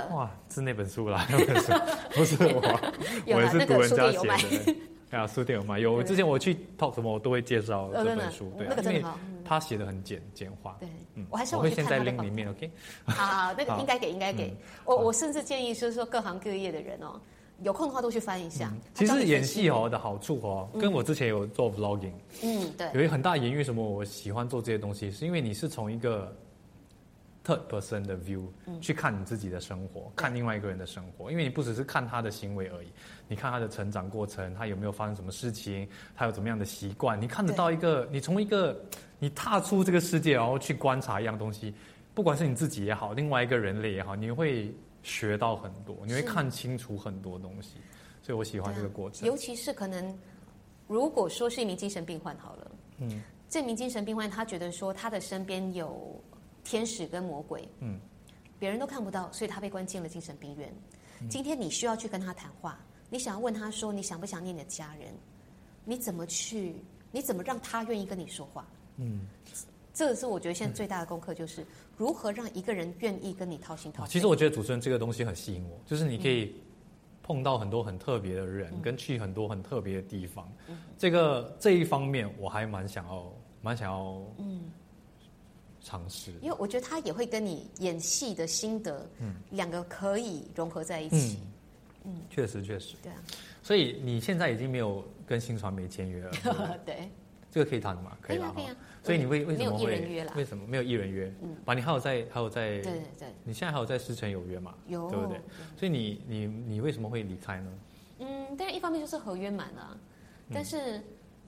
Speaker 1: 哇，是那本书啦， 那本书不是我，
Speaker 2: 有
Speaker 1: 我也
Speaker 2: 啦，
Speaker 1: 是
Speaker 2: 那
Speaker 1: 读
Speaker 2: 个
Speaker 1: 人
Speaker 2: 书
Speaker 1: 家
Speaker 2: 店
Speaker 1: 写
Speaker 2: 有卖，
Speaker 1: 的。对啊，书店有卖，有。我之前我去 talk 什么，我都会介绍这
Speaker 2: 哦真的
Speaker 1: 本书，对、啊
Speaker 2: 那，个
Speaker 1: 因
Speaker 2: 真的
Speaker 1: 为
Speaker 2: 好嗯
Speaker 1: 他写的很简简化。
Speaker 2: 对
Speaker 1: 嗯，
Speaker 2: 我还是
Speaker 1: 我
Speaker 2: 我
Speaker 1: 会
Speaker 2: 去
Speaker 1: 先
Speaker 2: 看
Speaker 1: 在
Speaker 2: 他的
Speaker 1: link
Speaker 2: 访
Speaker 1: 里面，OK？
Speaker 2: 好，那 个
Speaker 1: 好嗯
Speaker 2: 应该给，应该给。我我甚至建议，就是说各行各业的人哦，有空的话多去翻一下。
Speaker 1: 嗯其
Speaker 2: 它教
Speaker 1: 实
Speaker 2: 你
Speaker 1: 演
Speaker 2: 分析
Speaker 1: 戏哦的好处哦，跟我之前有做 vlogging，
Speaker 2: 嗯，对，
Speaker 1: 有一个很大的原因，为什么我喜欢做这些东西，是因为你是从一个 third person 的 view
Speaker 2: 嗯
Speaker 1: 去看你自己的生活，看另外一个人的生活，因为你不只是看他的行为而已，你看他的成长过程，他有没有发生什么事情，他有怎么样的习惯，你看得到一个，你从一个你踏出这个世界，然后去观察一样东西，不管是你自己也好，另外一个人类也好，你会学到很多，你会
Speaker 2: 是啊
Speaker 1: 看清楚很多东西，所以我喜欢这个过程。
Speaker 2: 尤其是可能，如果说是一名精神病患好了，嗯，这名精神病患他觉得说他的身边有天使跟魔鬼，
Speaker 1: 嗯，
Speaker 2: 别人都看不到，所以他被关进了精神病院。
Speaker 1: 嗯
Speaker 2: 今天你需要去跟他谈话，你想要问他说你想不想念你的家人，你怎么去，你怎么让他愿意跟你说话？
Speaker 1: 嗯，
Speaker 2: 这是我觉得现在最大的功课，就是如何让一个人愿意跟你掏心掏
Speaker 1: 啊，
Speaker 2: 肺。
Speaker 1: 其实我觉得主持人这个东西很吸引我，就是你可
Speaker 2: 嗯
Speaker 1: 以碰到很多很特别的人，跟去很多很特别的地方。
Speaker 2: 嗯
Speaker 1: 这个这一方面我还蛮想要，蛮想要嗯尝试。
Speaker 2: 因为我觉得他也会跟你演戏的心得，两个可以融合在一起。
Speaker 1: 嗯，确实确实。
Speaker 2: 对啊
Speaker 1: 所以你现在已经没有跟新传媒签约 了，对不对
Speaker 2: 对，
Speaker 1: 这个可以谈吗？
Speaker 2: 可以
Speaker 1: 以啦
Speaker 2: 啊，可以啊
Speaker 1: 哈。所以你为为
Speaker 2: 没
Speaker 1: 什
Speaker 2: 有
Speaker 1: 么
Speaker 2: 艺人
Speaker 1: 会
Speaker 2: 约啦？
Speaker 1: 为什么没有艺人约？嗯，把你还有在还有在
Speaker 2: 对，对嗯对，
Speaker 1: 你现在还有在师承有约嘛？
Speaker 2: 有
Speaker 1: 对不对？所以你你你为什么会离开呢？
Speaker 2: 嗯，但一方面就是合约满了啊，
Speaker 1: 嗯
Speaker 2: 但是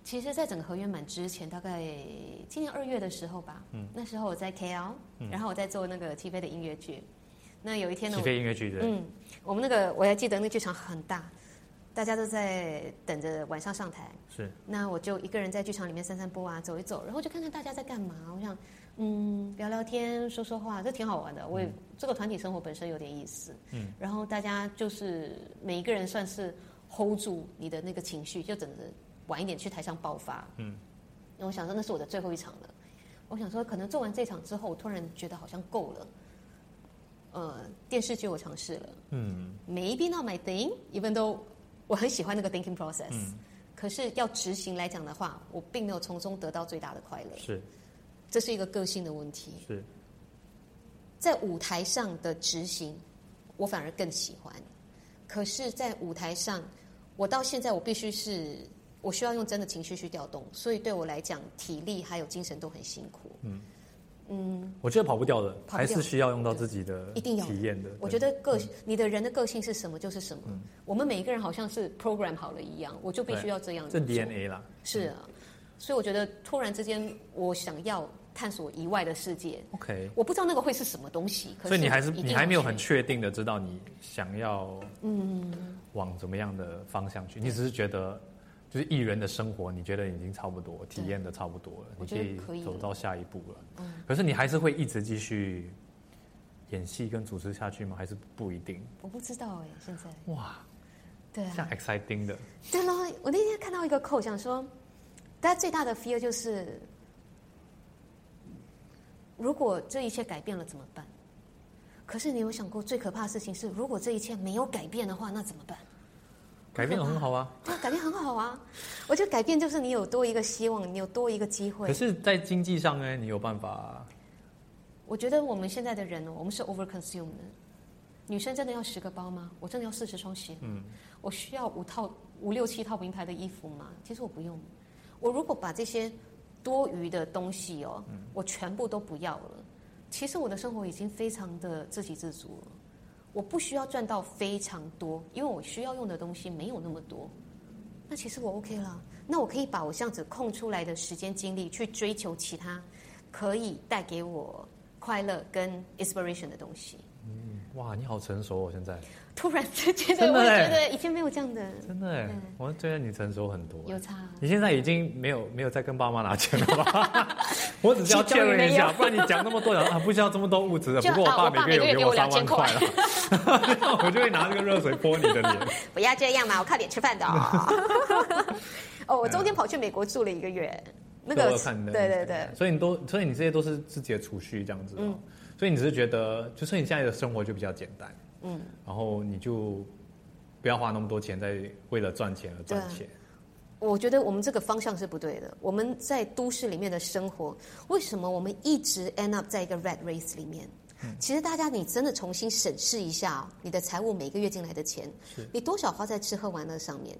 Speaker 2: 其实，在整个合约满之前，大概今年二月的时候吧，
Speaker 1: 嗯
Speaker 2: 那时候我在 KL，然后我在做那个齐飞的音乐剧，那有一天呢，
Speaker 1: 起嗯飞音乐剧的。
Speaker 2: 嗯，我们那个我还记得那个剧场很大，大家都在等着晚上上台。
Speaker 1: 是，
Speaker 2: 那我就一个人在剧场里面散散步啊，走一走，然后就看看大家在干嘛。我想，嗯，聊聊天，说说话，这挺好玩的。我也、这个团体生活本身有点意思。嗯，然后大家就是每一个人算是 hold 住你的那个情绪，就等着晚一点去台上爆发。嗯，我想说那是我的最后一场了。我想说，可能做完这场之后，我突然觉得好像够了。呃，电视剧我尝试了。
Speaker 1: 嗯。
Speaker 2: maybe not my thing, even though 我很喜欢那个 thinking process，、可是要执行来讲的话，我并没有从中得到最大的快乐，
Speaker 1: 是
Speaker 2: 这是一个个性的问题。
Speaker 1: 是，
Speaker 2: 在舞台上的执行，我反而更喜欢，可是，在舞台上，我到现在我必须是。我需要用真的情绪去调动，所以对我来讲，体力还有精神都很辛苦。
Speaker 1: 我觉得跑不掉的，
Speaker 2: 跑不掉
Speaker 1: 还是需要用到自己的
Speaker 2: 一定要
Speaker 1: 体验的。
Speaker 2: 我觉得个
Speaker 1: 嗯
Speaker 2: 性，你的人的个性是什么就是什么。我们每一个人好像是 program 好了一样，我就必须要这样
Speaker 1: 这
Speaker 2: 做
Speaker 1: DNA 啦，
Speaker 2: 是
Speaker 1: 嗯
Speaker 2: 啊，所以我觉得突然之间，我想要探索以外的世界，
Speaker 1: OK。
Speaker 2: 我不知道那个会是什么东西。可
Speaker 1: 所以你还是
Speaker 2: 我一定
Speaker 1: 你
Speaker 2: 要
Speaker 1: 还没有很
Speaker 2: 去
Speaker 1: 确定的知道你想要嗯往怎么样的方向去，你只是觉得就是艺人的生活，你觉得已经差不多，体验的差不多了，
Speaker 2: 我
Speaker 1: 你
Speaker 2: 觉得可以
Speaker 1: 走
Speaker 2: 了嗯
Speaker 1: 到下一步了。可是你还是会一直继续演戏跟主持下去吗？还是不一定？
Speaker 2: 我不知道哎、现在
Speaker 1: 哇，
Speaker 2: 对啊，
Speaker 1: 像 exciting 的，
Speaker 2: 对咯，我那天看到一个扣，想说，大家最大的 fear 就是，如果这一切改变了怎么办？可是你有想过最可怕的事情是，如果这一切没有改变的话，那怎么办？
Speaker 1: 改变得很好啊。
Speaker 2: 对啊，改变很好啊！我觉得改变就是你有多一个希望，你有多一个机会
Speaker 1: 可。是，在经济上呢，你有办法？
Speaker 2: 我觉得我们现在的人哦，我们是 over consume 的。女生真的要十个包吗？我真的要四十双鞋？嗯，我需要五套、五六七套名牌的衣服吗？其实我不用。我如果把这些多余的东西哦，我全部都不要了，其实我的生活已经非常的自给自足了。我不需要赚到非常多，因为我需要用的东西没有那么多。那其实我 OK 啦。那我可以把我这样子空出来的时间精力去追求其他可以带给我快乐跟 inspiration 的东西。
Speaker 1: 嗯哇，你好成熟哦，现在
Speaker 2: 突然之间，
Speaker 1: 真的
Speaker 2: 我也
Speaker 1: 欸
Speaker 2: 觉得以前没有这样的，
Speaker 1: 真的哎，我觉得你成熟很多。
Speaker 2: 有差。
Speaker 1: 你现在已经没有没有再跟爸妈拿钱了吧？ 我只是要确认一
Speaker 2: 其中也
Speaker 1: 下，
Speaker 2: 没有
Speaker 1: 不然你讲那么多 人啊，不需要这么多物质的。
Speaker 2: 就
Speaker 1: 不过我
Speaker 2: 啊
Speaker 1: 爸
Speaker 2: 我爸
Speaker 1: 每个
Speaker 2: 每个
Speaker 1: 月
Speaker 2: 月
Speaker 1: 给
Speaker 2: 给
Speaker 1: 我
Speaker 2: 我
Speaker 1: 三万
Speaker 2: 2000
Speaker 1: 块了， 我就会拿这个热水泼你的脸。
Speaker 2: 不要这样嘛，我靠脸吃饭 的哦。 哦，我中间跑去美国住了一个月， 那
Speaker 1: 对我
Speaker 2: 个
Speaker 1: 嗯有看的，
Speaker 2: 对对对，嗯
Speaker 1: 所以你都，所以你这些都是自己的储蓄这样子、哦，所以你只是觉得，就是你现在的生活就比较简单，嗯，然后你就不要花那么多钱在为了赚钱而赚
Speaker 2: 对啊
Speaker 1: 钱，
Speaker 2: 我觉得我们这个方向是不对的。我们在都市里面的生活，为什么我们一直 end up 在一个 rat race 里面？
Speaker 1: 嗯
Speaker 2: 其实大家你真的重新审视一下、哦、你的财务每个月进来的钱，你多少花在吃喝玩乐上面。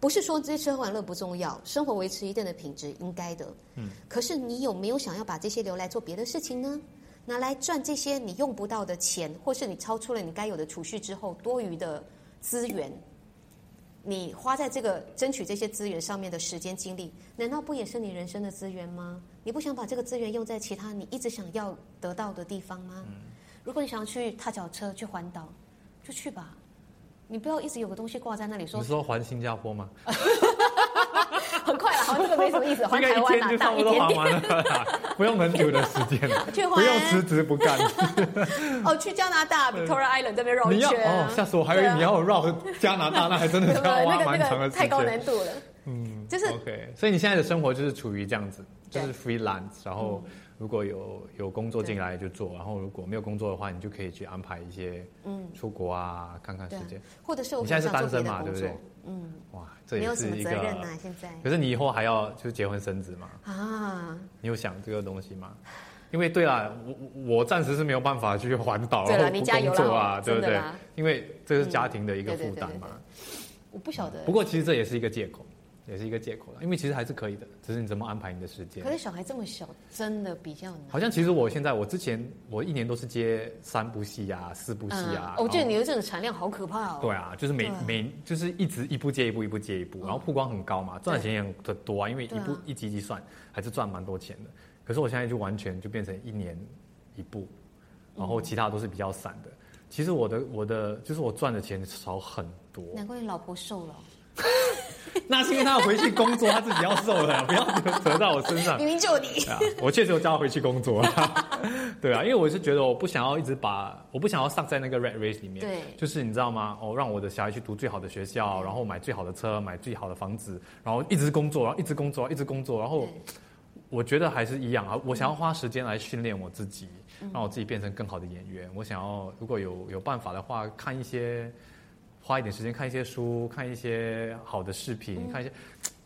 Speaker 2: 不是说这些吃喝玩乐不重要，生活维持一定的品质应该的。嗯，可是你有没有想要把这些留来做别的事情呢？拿来赚这些你用不到的钱，或是你超出了你该有的储蓄之后多余的资源，你花在这个争取这些资源上面的时间精力，难道不也是你人生的资源吗？你不想把这个资源用在其他你一直想要得到的地方吗？如果你想要去踏脚车去环岛，就去吧。你不要一直有个东西挂在那里说
Speaker 1: 你说还新加坡吗？
Speaker 2: 很快了，好，这个没什么意思，还
Speaker 1: 应该
Speaker 2: 台
Speaker 1: 啊一
Speaker 2: 湾
Speaker 1: 天
Speaker 2: 拿
Speaker 1: 就差
Speaker 2: 大
Speaker 1: 不
Speaker 2: 一
Speaker 1: 多
Speaker 2: 点
Speaker 1: 还
Speaker 2: 点。
Speaker 1: 完了啦， 不用很久的时间，
Speaker 2: 去还
Speaker 1: 不用辞职不干。
Speaker 2: 哦，去加拿大 Victoria Island 这边绕
Speaker 1: 嗯你
Speaker 2: 一
Speaker 1: 要
Speaker 2: 圈。
Speaker 1: 哦，吓死我！还以
Speaker 2: 对
Speaker 1: 为
Speaker 2: 啊
Speaker 1: 你要绕加拿 大，那还真的
Speaker 2: 对
Speaker 1: 是
Speaker 2: 不
Speaker 1: 要
Speaker 2: 对？那
Speaker 1: 花
Speaker 2: 个
Speaker 1: 蛮
Speaker 2: 那
Speaker 1: 长的
Speaker 2: 个
Speaker 1: 时
Speaker 2: 太
Speaker 1: 间。
Speaker 2: 高难度了。嗯，就是
Speaker 1: OK，所以你现在的生活就是处于这样子，就
Speaker 2: 对嗯
Speaker 1: 是 freelance，然后如果有有工作进来就做，然后如果没有工作的话，你就可以去安排一些嗯出国啊，看看
Speaker 2: 对
Speaker 1: 时
Speaker 2: 啊
Speaker 1: 间。，
Speaker 2: 或者是我
Speaker 1: 你现在是
Speaker 2: 可能
Speaker 1: 单身
Speaker 2: 想做别
Speaker 1: 嘛，
Speaker 2: 的
Speaker 1: 对
Speaker 2: 工
Speaker 1: 不
Speaker 2: 作
Speaker 1: 对，？
Speaker 2: 嗯，
Speaker 1: 哇，这
Speaker 2: 没有
Speaker 1: 也
Speaker 2: 什
Speaker 1: 是
Speaker 2: 么
Speaker 1: 一
Speaker 2: 责
Speaker 1: 个。
Speaker 2: 任啊呐，现在
Speaker 1: 可是你以后还要就是结婚生子嘛？
Speaker 2: 啊，
Speaker 1: 你有想这个东西吗？因为对啦，我我我暂时是没有办法去环岛，
Speaker 2: 对啦
Speaker 1: 然后
Speaker 2: 你
Speaker 1: 不
Speaker 2: 加油
Speaker 1: 工
Speaker 2: 啦
Speaker 1: 作啊，
Speaker 2: 真
Speaker 1: 对不
Speaker 2: 的
Speaker 1: 对
Speaker 2: 啦？
Speaker 1: 因为这是家庭的一个
Speaker 2: 嗯对对
Speaker 1: 负担
Speaker 2: 对
Speaker 1: 嘛。
Speaker 2: 我不晓得
Speaker 1: 不。过其实这也是一个借口，也是一个借口啦，因为其实还是可以的，只是你怎么安排你的时间
Speaker 2: 可。是小孩这么小，真的比较难。
Speaker 1: 好像其实我现在我之前我一年都是接三部戏啊，四部戏啊。
Speaker 2: 嗯我觉得
Speaker 1: 然后
Speaker 2: 你的这种产量好可怕哦。
Speaker 1: 对啊，就是每
Speaker 2: 对啊嗯
Speaker 1: 每就是一直一部接一部，一部接一部，然后曝光很高嘛，赚的钱也很多啊，因为一
Speaker 2: 对啊
Speaker 1: 部一集一集算还是赚蛮多钱的。可是我现在就完全就变成一年一部，然
Speaker 2: 嗯
Speaker 1: 后其他都是比较散的。其实我的我的就是我赚的钱少很多，
Speaker 2: 难怪你老婆瘦了，
Speaker 1: 那是因为他要回去工作，他自己要瘦了，不要折到我身上。
Speaker 2: 明明就你。
Speaker 1: 对啊，我确实有叫他回去工作 啦。对啊，因为我是觉得我不想要一直把，我不想要上在那个 red race 里面。
Speaker 2: 对嗯
Speaker 1: 就是你知道吗？哦，让我的小孩去读最好的学校，然后买最好的车，买最好的房子，然后一直工作，然后一直工作，一直工作，然后
Speaker 2: 对嗯
Speaker 1: 我觉得还是一样啊。我想要花时间来训练我自己，让我自己变成更好的演员。我想要如果有有办法的话，看一些。花一点时间看一些书，看一些好的视
Speaker 2: 嗯
Speaker 1: 频，看一些，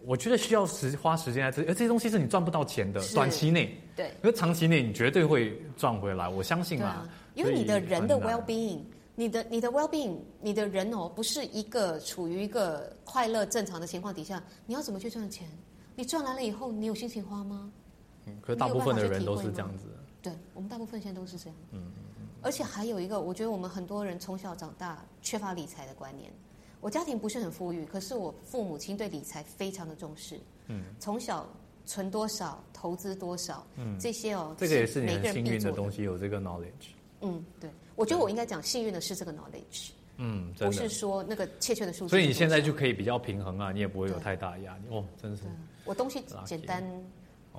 Speaker 1: 我觉得需要时花时间在这，而这些东西是你赚不到钱的，
Speaker 2: 是
Speaker 1: 短期内，
Speaker 2: 对
Speaker 1: 可是长期内你绝对会赚回来，我相信
Speaker 2: 对
Speaker 1: 啦
Speaker 2: 啊。，因为你的人
Speaker 1: 所
Speaker 2: 的
Speaker 1: 以很难
Speaker 2: well being，你的你的 well being，你的人哦，不是一个处于一个快乐正常的情况底下，你要怎么去赚钱？你赚来了以后，你有心情花吗？
Speaker 1: 嗯可是大部分的人都
Speaker 2: 你
Speaker 1: 是
Speaker 2: 有办法去体会吗
Speaker 1: 这样子。
Speaker 2: 对我们大部分现在都是这样。嗯，而且还有一个，我觉得我们很多人从小长大缺乏理财的观念。我家庭不是很富裕，可是我父母亲对理财非常的重视。嗯，从小存多少，投资多少，嗯，这些哦，
Speaker 1: 这个也是你
Speaker 2: 每
Speaker 1: 很
Speaker 2: 个人
Speaker 1: 幸
Speaker 2: 必
Speaker 1: 运
Speaker 2: 做
Speaker 1: 的
Speaker 2: 的
Speaker 1: 东西，有这个 knowledge。
Speaker 2: 嗯，对，我觉得我应该讲幸运的是这个 knowledge，
Speaker 1: 嗯，真
Speaker 2: 不是
Speaker 1: 的。
Speaker 2: 说那个确切的数字。
Speaker 1: 所以你现在就可以比较平衡啊，你也不会有
Speaker 2: 对
Speaker 1: 太大压力。哦，真是
Speaker 2: 对，啊我东西简单，
Speaker 1: OK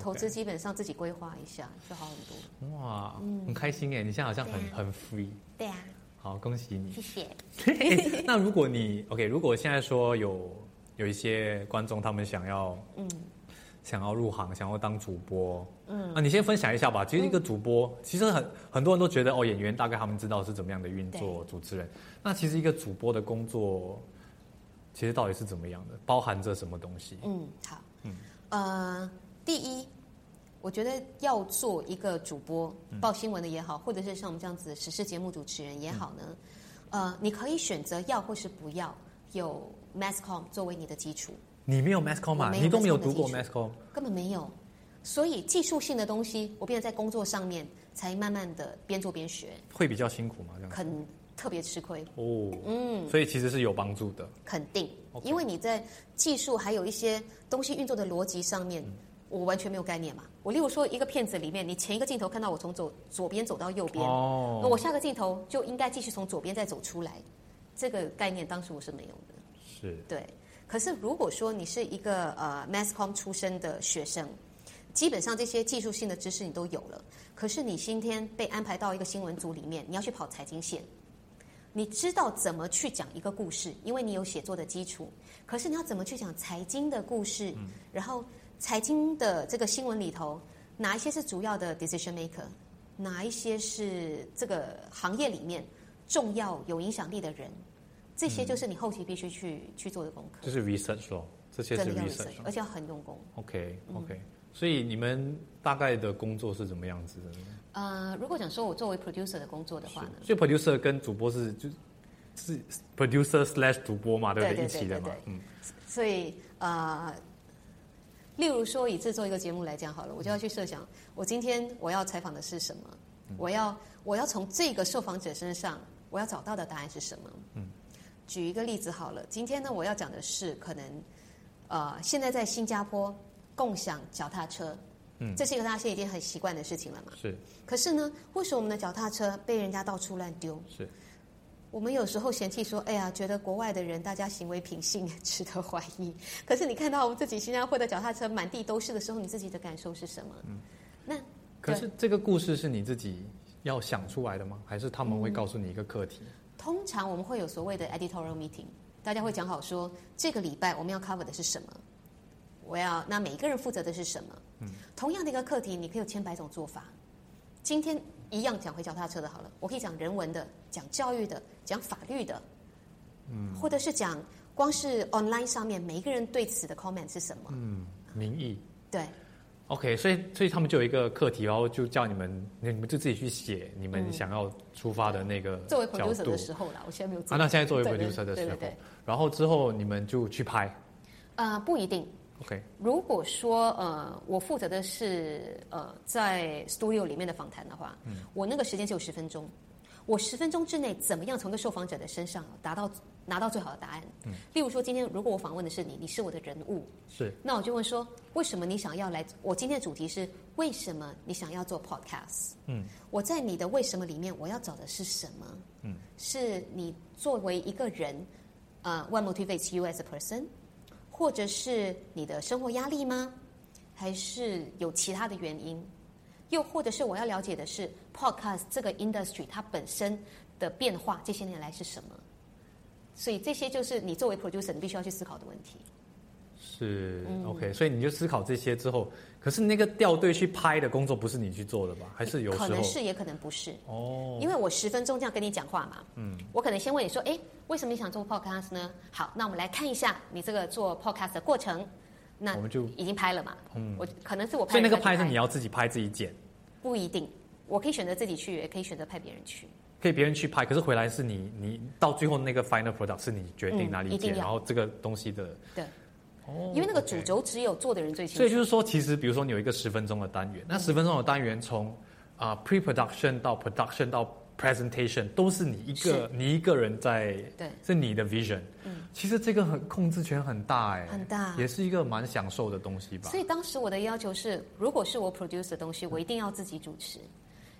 Speaker 2: 投资基本上自己规划一下就好很多。
Speaker 1: 哇，很开心哎！你现在好像很
Speaker 2: 对啊
Speaker 1: 很 free，
Speaker 2: 对啊，
Speaker 1: 好，恭喜你。
Speaker 2: 谢谢。
Speaker 1: 欸那如果你 OK，如果现在说有有一些观众他们想要嗯想要入行，想要当主播，嗯，啊，你先分享一下吧。其
Speaker 2: 嗯
Speaker 1: 实一个主播，其实很很多人都觉得哦，演员大概他们知道是怎么样的运作，主持人。那其实一个主播的工作，其实到底是怎么样的？包含着什么东西？
Speaker 2: 嗯，好。嗯，呃，第一，我觉得要做一个主播，
Speaker 1: 嗯
Speaker 2: 报新闻的也好，或者是像我们这样子时事节目主持人也好呢，
Speaker 1: 嗯
Speaker 2: 呃，你可以选择要或是不要有 mass com 作为你的基础。
Speaker 1: 你没有 mass com
Speaker 2: 我
Speaker 1: 啊？
Speaker 2: 没有
Speaker 1: 你都没有
Speaker 2: mass com
Speaker 1: 读
Speaker 2: 的
Speaker 1: 过
Speaker 2: 基础
Speaker 1: mass com？
Speaker 2: 根本没有。所以技术性的东西，我变得在工作上面才慢慢的边做边学，
Speaker 1: 会比较辛苦吗？这样子
Speaker 2: 肯特别吃亏，
Speaker 1: 哦，嗯，所以其实是有帮助的。
Speaker 2: 肯定，
Speaker 1: OK
Speaker 2: 因为你在技术还有一些东西运作的逻辑上面，我完全没有概念嘛。我例如说一个片子里面，你前一个镜头看到我从左左边走到右边，
Speaker 1: 哦
Speaker 2: 那我下个镜头就应该继续从左边再走出来，这个概念当时我是没有的。
Speaker 1: 是
Speaker 2: 对，可是如果说你是一个呃 mass com 出身的学生，基本上这些技术性的知识你都有了，可是你今天被安排到一个新闻组里面，你要去跑财经线。你知道怎么去讲一个故事，因为你有写作的基础。可是你要怎么去讲财经的故事？然后财经的这个新闻里头，哪一些是主要的 decision maker，哪一些是这个行业里面重要有影响力的人？这些就是你后期必须去、去做的功课
Speaker 1: 就是 research 咯，这些是
Speaker 2: 真的要嗯
Speaker 1: research 咯
Speaker 2: research，。而且要很用功。
Speaker 1: OK OK，、所以你们大概的工作是怎么样子的呢？
Speaker 2: 呃，如果讲说我作为 producer 的工作的话呢，
Speaker 1: 所以 producer 跟主播是就是是 producer slash 主播嘛，对不
Speaker 2: 对对
Speaker 1: 一起的嘛
Speaker 2: 对对，
Speaker 1: 嗯，
Speaker 2: 所以呃，例如说以制作一个节目来讲好了，我就要去设想，我今天我要采访的是什么，我要我要从这个受访者身上我要找到的答案是什么。嗯，举一个例子好了，今天呢我要讲的是可能呃现在在新加坡共享脚踏车，
Speaker 1: 嗯
Speaker 2: 这是一个大家现在已经很习惯的事情了嘛。
Speaker 1: 是
Speaker 2: 可是呢，为什么我们的脚踏车被人家到处乱丢？
Speaker 1: 是，
Speaker 2: 我们有时候嫌弃说，哎呀，觉得国外的人大家行为品性 值得怀疑。可是你看到我们自己新加坡的脚踏车满地都是的时候，你自己的感受是什么？那
Speaker 1: 可是这个故事是你自己要想出来的吗？还是他们会告诉你一个课题？
Speaker 2: 通常我们会有所谓的 editorial meeting，大家会讲好说这个礼拜我们要 cover 的是什么，我要那每一个人负责的是什么。
Speaker 1: 嗯
Speaker 2: 同样的一个课题，你可以有千百种做法。今天一样讲回脚踏车的好了，我可以讲人文的，讲教育的，讲法律的，嗯，或者是讲光是 online 上面每一个人对此的 comment 是什么？
Speaker 1: 嗯，民意。
Speaker 2: 对，
Speaker 1: OK，所以所以他们就有一个课题，然后就叫你们，你们就自己去写你们想要出发的那个
Speaker 2: 嗯作为
Speaker 1: 角
Speaker 2: producer
Speaker 1: 度
Speaker 2: 的时候啦，我现在没有自己
Speaker 1: 啊。那现在作为
Speaker 2: 对对
Speaker 1: producer 的时
Speaker 2: 对
Speaker 1: 候
Speaker 2: 对对，
Speaker 1: 然后之后你们就去拍。
Speaker 2: 呃，不一定。
Speaker 1: OK，
Speaker 2: 如果说呃，我负责的是呃在 studio 里面的访谈的话，我那个时间只有十分钟，我十分钟之内怎么样从一个受访者的身上达到拿到最好的答案？例如说，今天如果我访问的是你，你是我的人物，
Speaker 1: 是
Speaker 2: 那我就问说，为什么你想要来？我今天的主题是为什么你想要做 podcast？
Speaker 1: 嗯，
Speaker 2: 我在你的为什么里面，我要找的是什么？
Speaker 1: 嗯，
Speaker 2: 是你作为一个人，呃，what motivates you as a person，或者是你的生活压力吗？还是有其他的原因？又或者是我要了解的是 podcast 这个 industry 它本身的变化，这些年来是什么？所以这些就是你作为 producer 你必须要去思考的问题。
Speaker 1: 是、OK，所以
Speaker 2: 嗯
Speaker 1: 你就思考这些之后，可是那个掉队去拍的工作不是你去做的吧？还是有时
Speaker 2: 可能
Speaker 1: 候
Speaker 2: 是也可能不是，
Speaker 1: 哦，
Speaker 2: 因为我十分钟这样跟你讲话嘛，嗯，我可能先问你说，哎，为什么你想做 podcast 呢？好，那我们来看一下你这个做 podcast 的过程。那
Speaker 1: 我们就
Speaker 2: 已经拍了嘛，嗯，我可能是我拍，
Speaker 1: 所以那个拍是你要自己拍自己剪，
Speaker 2: 不一定，我可以选择自己去，也可以选择派别人去。
Speaker 1: 可以别人去拍，可是回来是你你到最后那个 final product 是你决定
Speaker 2: 嗯
Speaker 1: 哪里
Speaker 2: 一定
Speaker 1: 剪，
Speaker 2: 要
Speaker 1: 然后这个东西的
Speaker 2: 对，
Speaker 1: 哦
Speaker 2: 因为那个
Speaker 1: OK
Speaker 2: 主轴只有做的人最清楚。
Speaker 1: 所以就是说，其实比如说你有一个十分钟的单元，那十分钟的单元从啊、pre production 到 production 到 presentation 都是你一
Speaker 2: 是
Speaker 1: 个你一个人在，
Speaker 2: 对，
Speaker 1: 是你的 vision。嗯，其实这个很控制权很大哎，
Speaker 2: 很大
Speaker 1: 也是一个蛮享受的东西吧。
Speaker 2: 所以当时我的要求是，如果是我 produce 的东西，我一定要自己主持，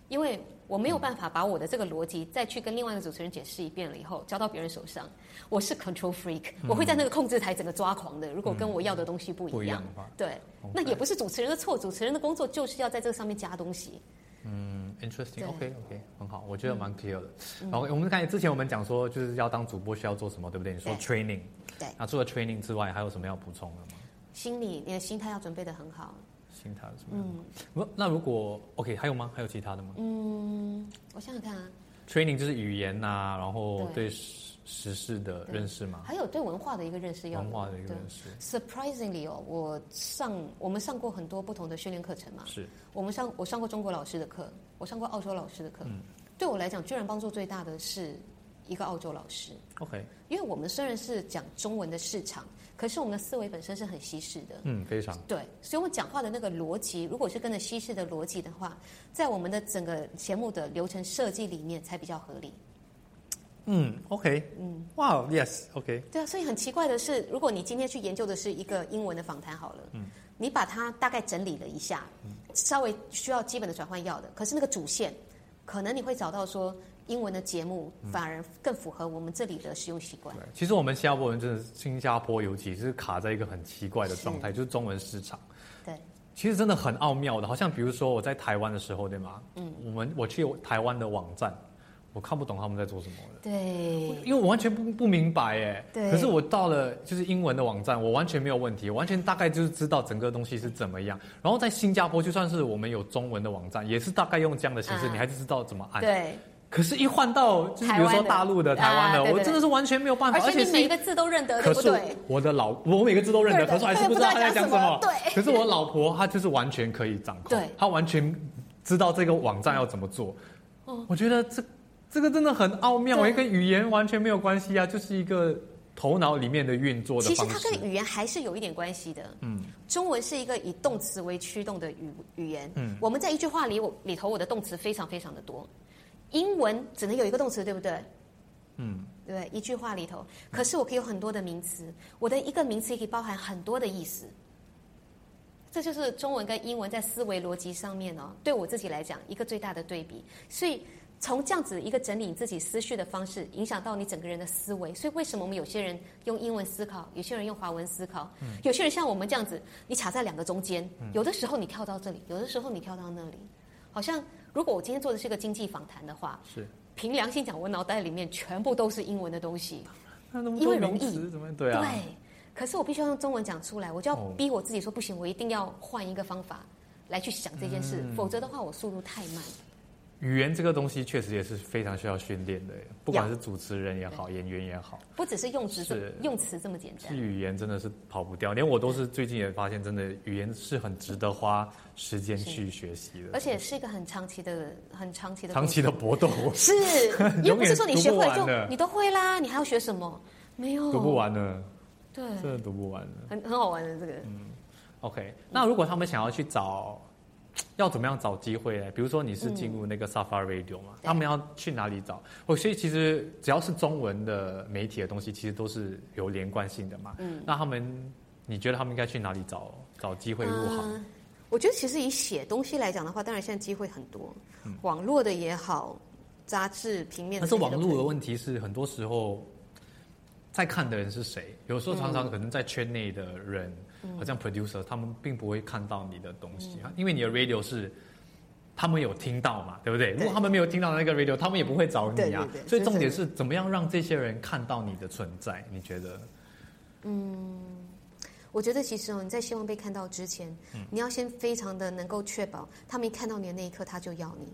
Speaker 2: 因为我没有办法把我的这个逻辑再去跟另外一个主持人解释一遍了以后交到别人手上。我是 control freak，我会在那个控制台整个抓狂的。如果跟我要的东西不
Speaker 1: 嗯不
Speaker 2: 一
Speaker 1: 一
Speaker 2: 样
Speaker 1: 样，哦吧
Speaker 2: 对，那也不是主持人的错，主持人的工作就是要在这个上面加东西。
Speaker 1: 嗯
Speaker 2: 对
Speaker 1: ，interesting。OK OK，很好，我觉得蛮 clear 的。然后我们刚才之前我们讲说，就是要当主播需要做什么，对不对？你说
Speaker 2: 对
Speaker 1: training，
Speaker 2: 对
Speaker 1: 那除了 training 之外，还有什么要补充的吗？
Speaker 2: 心理，你的心态要准备的很好。
Speaker 1: 心态有什么样的吗？不，那如果 OK 还有吗？还有其他的吗？
Speaker 2: 嗯，我想想看啊，
Speaker 1: training 就是语言呐、然后
Speaker 2: 对
Speaker 1: 对时时事的
Speaker 2: 对
Speaker 1: 认识嘛，
Speaker 2: 还有对文化的一个认识要有
Speaker 1: 文化的一个
Speaker 2: 对
Speaker 1: 认识
Speaker 2: Surprisingly 哦，我上我们上过很多不同的训练课程嘛，
Speaker 1: 是
Speaker 2: 我们上我上过中国老师的课，我上过澳洲老师的课。对我来讲，居然帮助最大的是一个澳洲老师，
Speaker 1: OK，
Speaker 2: 因为我们虽然是讲中文的市场，可是我们的思维本身是很西式的。
Speaker 1: 嗯，非常
Speaker 2: 对，所以我们讲话的那个逻辑，如果是跟着西式的逻辑的话，在我们的整个节目的流程设计里面才比较合理。
Speaker 1: 嗯 OK，嗯，哇、wow,，Yes，OK，、
Speaker 2: 对啊，所以很奇怪的是，如果你今天去研究的是一个英文的访谈好了，你把它大概整理了一下，稍微需要基本的转换要的，可是那个主线，可能你会找到说英文的节目反而更符合我们这里的使用习惯。
Speaker 1: 对，其实我们新加坡人真的是，新加坡尤其是卡在一个很奇怪的状态，就是中文市场。
Speaker 2: 对，
Speaker 1: 其实真的很奥妙的，好像比如说我在台湾的时候，对吗？嗯，我们我去台湾的网站，我看不懂他们在做什么的。
Speaker 2: 对，
Speaker 1: 因为我完全不不明白哎，
Speaker 2: 对
Speaker 1: 可是我到了就是英文的网站，我完全没有问题，我完全大概就是知道整个东西是怎么样。然后在新加坡，就算是我们有中文的网站，也是大概用这样的形式，
Speaker 2: 啊
Speaker 1: 你还是知道怎么按。
Speaker 2: 对，
Speaker 1: 可是，一换到就是比如
Speaker 2: 台
Speaker 1: 说
Speaker 2: 湾的
Speaker 1: 大陆的、台湾
Speaker 2: 啊
Speaker 1: 的，
Speaker 2: 对对
Speaker 1: 我
Speaker 2: 对
Speaker 1: 真的是完全没有办法，
Speaker 2: 而且
Speaker 1: 啊且
Speaker 2: 你
Speaker 1: 是
Speaker 2: 每一个字都认呃得，对
Speaker 1: 可
Speaker 2: 不
Speaker 1: 是
Speaker 2: 对？
Speaker 1: 我的老，我每个字都认得，
Speaker 2: 对的
Speaker 1: 可是我还是不知道他在讲什么。
Speaker 2: 对对
Speaker 1: 可是我老婆她就是完全可以掌控，
Speaker 2: 对
Speaker 1: 她完全知道这个网站要怎么做。我觉得这这个真的很奥妙，
Speaker 2: 哦对
Speaker 1: 也跟语言完全没有关系啊，就是一个头脑里面的运作的
Speaker 2: 其实
Speaker 1: 方
Speaker 2: 它
Speaker 1: 式。
Speaker 2: 跟语言还是有一点关系的。嗯，中文是一个以动词为驱动的语语言。嗯，我们在一句话里我里头，我的动词非常非常的多。英文只能有一个动词，对不对？
Speaker 1: 嗯，
Speaker 2: 对不对，一句话里头，可是我可以有很多的名词，我的一个名词也可以包含很多的意思。这就是中文跟英文在思维逻辑上面哦，对我自己来讲一个最大的对比。所以从这样子一个整理你自己思绪的方式，影响到你整个人的思维。所以为什么我们有些人用英文思考，有些人用华文思考，
Speaker 1: 嗯
Speaker 2: 有些人像我们这样子，你卡在两个中间，有的时候你跳到这里，有的时候你跳到那里。好像如果我今天做的是一个经济访谈的话，
Speaker 1: 是，
Speaker 2: 凭良心讲，我脑袋里面全部都是英文的东西。
Speaker 1: 那那么
Speaker 2: 因
Speaker 1: 多
Speaker 2: 为容
Speaker 1: 名
Speaker 2: 易
Speaker 1: 词怎么对啊？
Speaker 2: 可是我必须要用中文讲出来，我就要
Speaker 1: 哦
Speaker 2: 逼我自己说不行，我一定要换一个方法来去想这件事，
Speaker 1: 嗯
Speaker 2: 否则的话我速度太慢。
Speaker 1: 语言这个东西确实也是非常需要训练的耶，不管
Speaker 2: 要
Speaker 1: 是主持人也好，演员也好。
Speaker 2: 不只是用词这
Speaker 1: 是
Speaker 2: 用词这么简
Speaker 1: 是
Speaker 2: 单，
Speaker 1: 语言真的是跑不掉，连我都是最近也发现，真的语言是很值得花时间去学习的，
Speaker 2: 而且是一个很长期的、很长期的
Speaker 1: 长
Speaker 2: 过程
Speaker 1: 期的搏 斗
Speaker 2: 是， 又不是说你学会了
Speaker 1: 永远读不完的
Speaker 2: 就你都会啦，你还要学什么？没有
Speaker 1: 读不，完了，
Speaker 2: 对，
Speaker 1: 真的读不完了。
Speaker 2: 很很好玩的这个。
Speaker 1: 嗯 OK，那如果他们想要去找，要怎么样找机会呢？比如说你是进入那个 Safari Radio 嘛，
Speaker 2: 嗯对
Speaker 1: 他们要去哪里找？哦，所以其实只要是中文的媒体的东西，其实都是有连贯性的嘛。嗯，那他们，你觉得他们应该去哪里找找机会入行？
Speaker 2: 嗯我觉得其实以写东西来讲的话，当然现在机会很多，网络的也好，杂志、平面的
Speaker 1: 但
Speaker 2: 这
Speaker 1: 嗯是
Speaker 2: 些都可
Speaker 1: 网
Speaker 2: 以。
Speaker 1: 络的问题是，很多时候在看的人是谁？有时候常
Speaker 2: 嗯
Speaker 1: 常可能在圈内的人，好像 producer，他们并不会看到你的东西，
Speaker 2: 嗯
Speaker 1: 因为你的 radio 是。他们有听到嘛，对不对？如果他们没有听到那个 radio，他们也不会找你啊。
Speaker 2: 对对对
Speaker 1: 所以重点
Speaker 2: 是
Speaker 1: 是怎么样让这些人看到你的存在？你觉得？
Speaker 2: 我觉得其实哦，你在希望被看到之前，
Speaker 1: 嗯
Speaker 2: 你要先非常的能够确保，他们一看到你的那一刻，他就要你。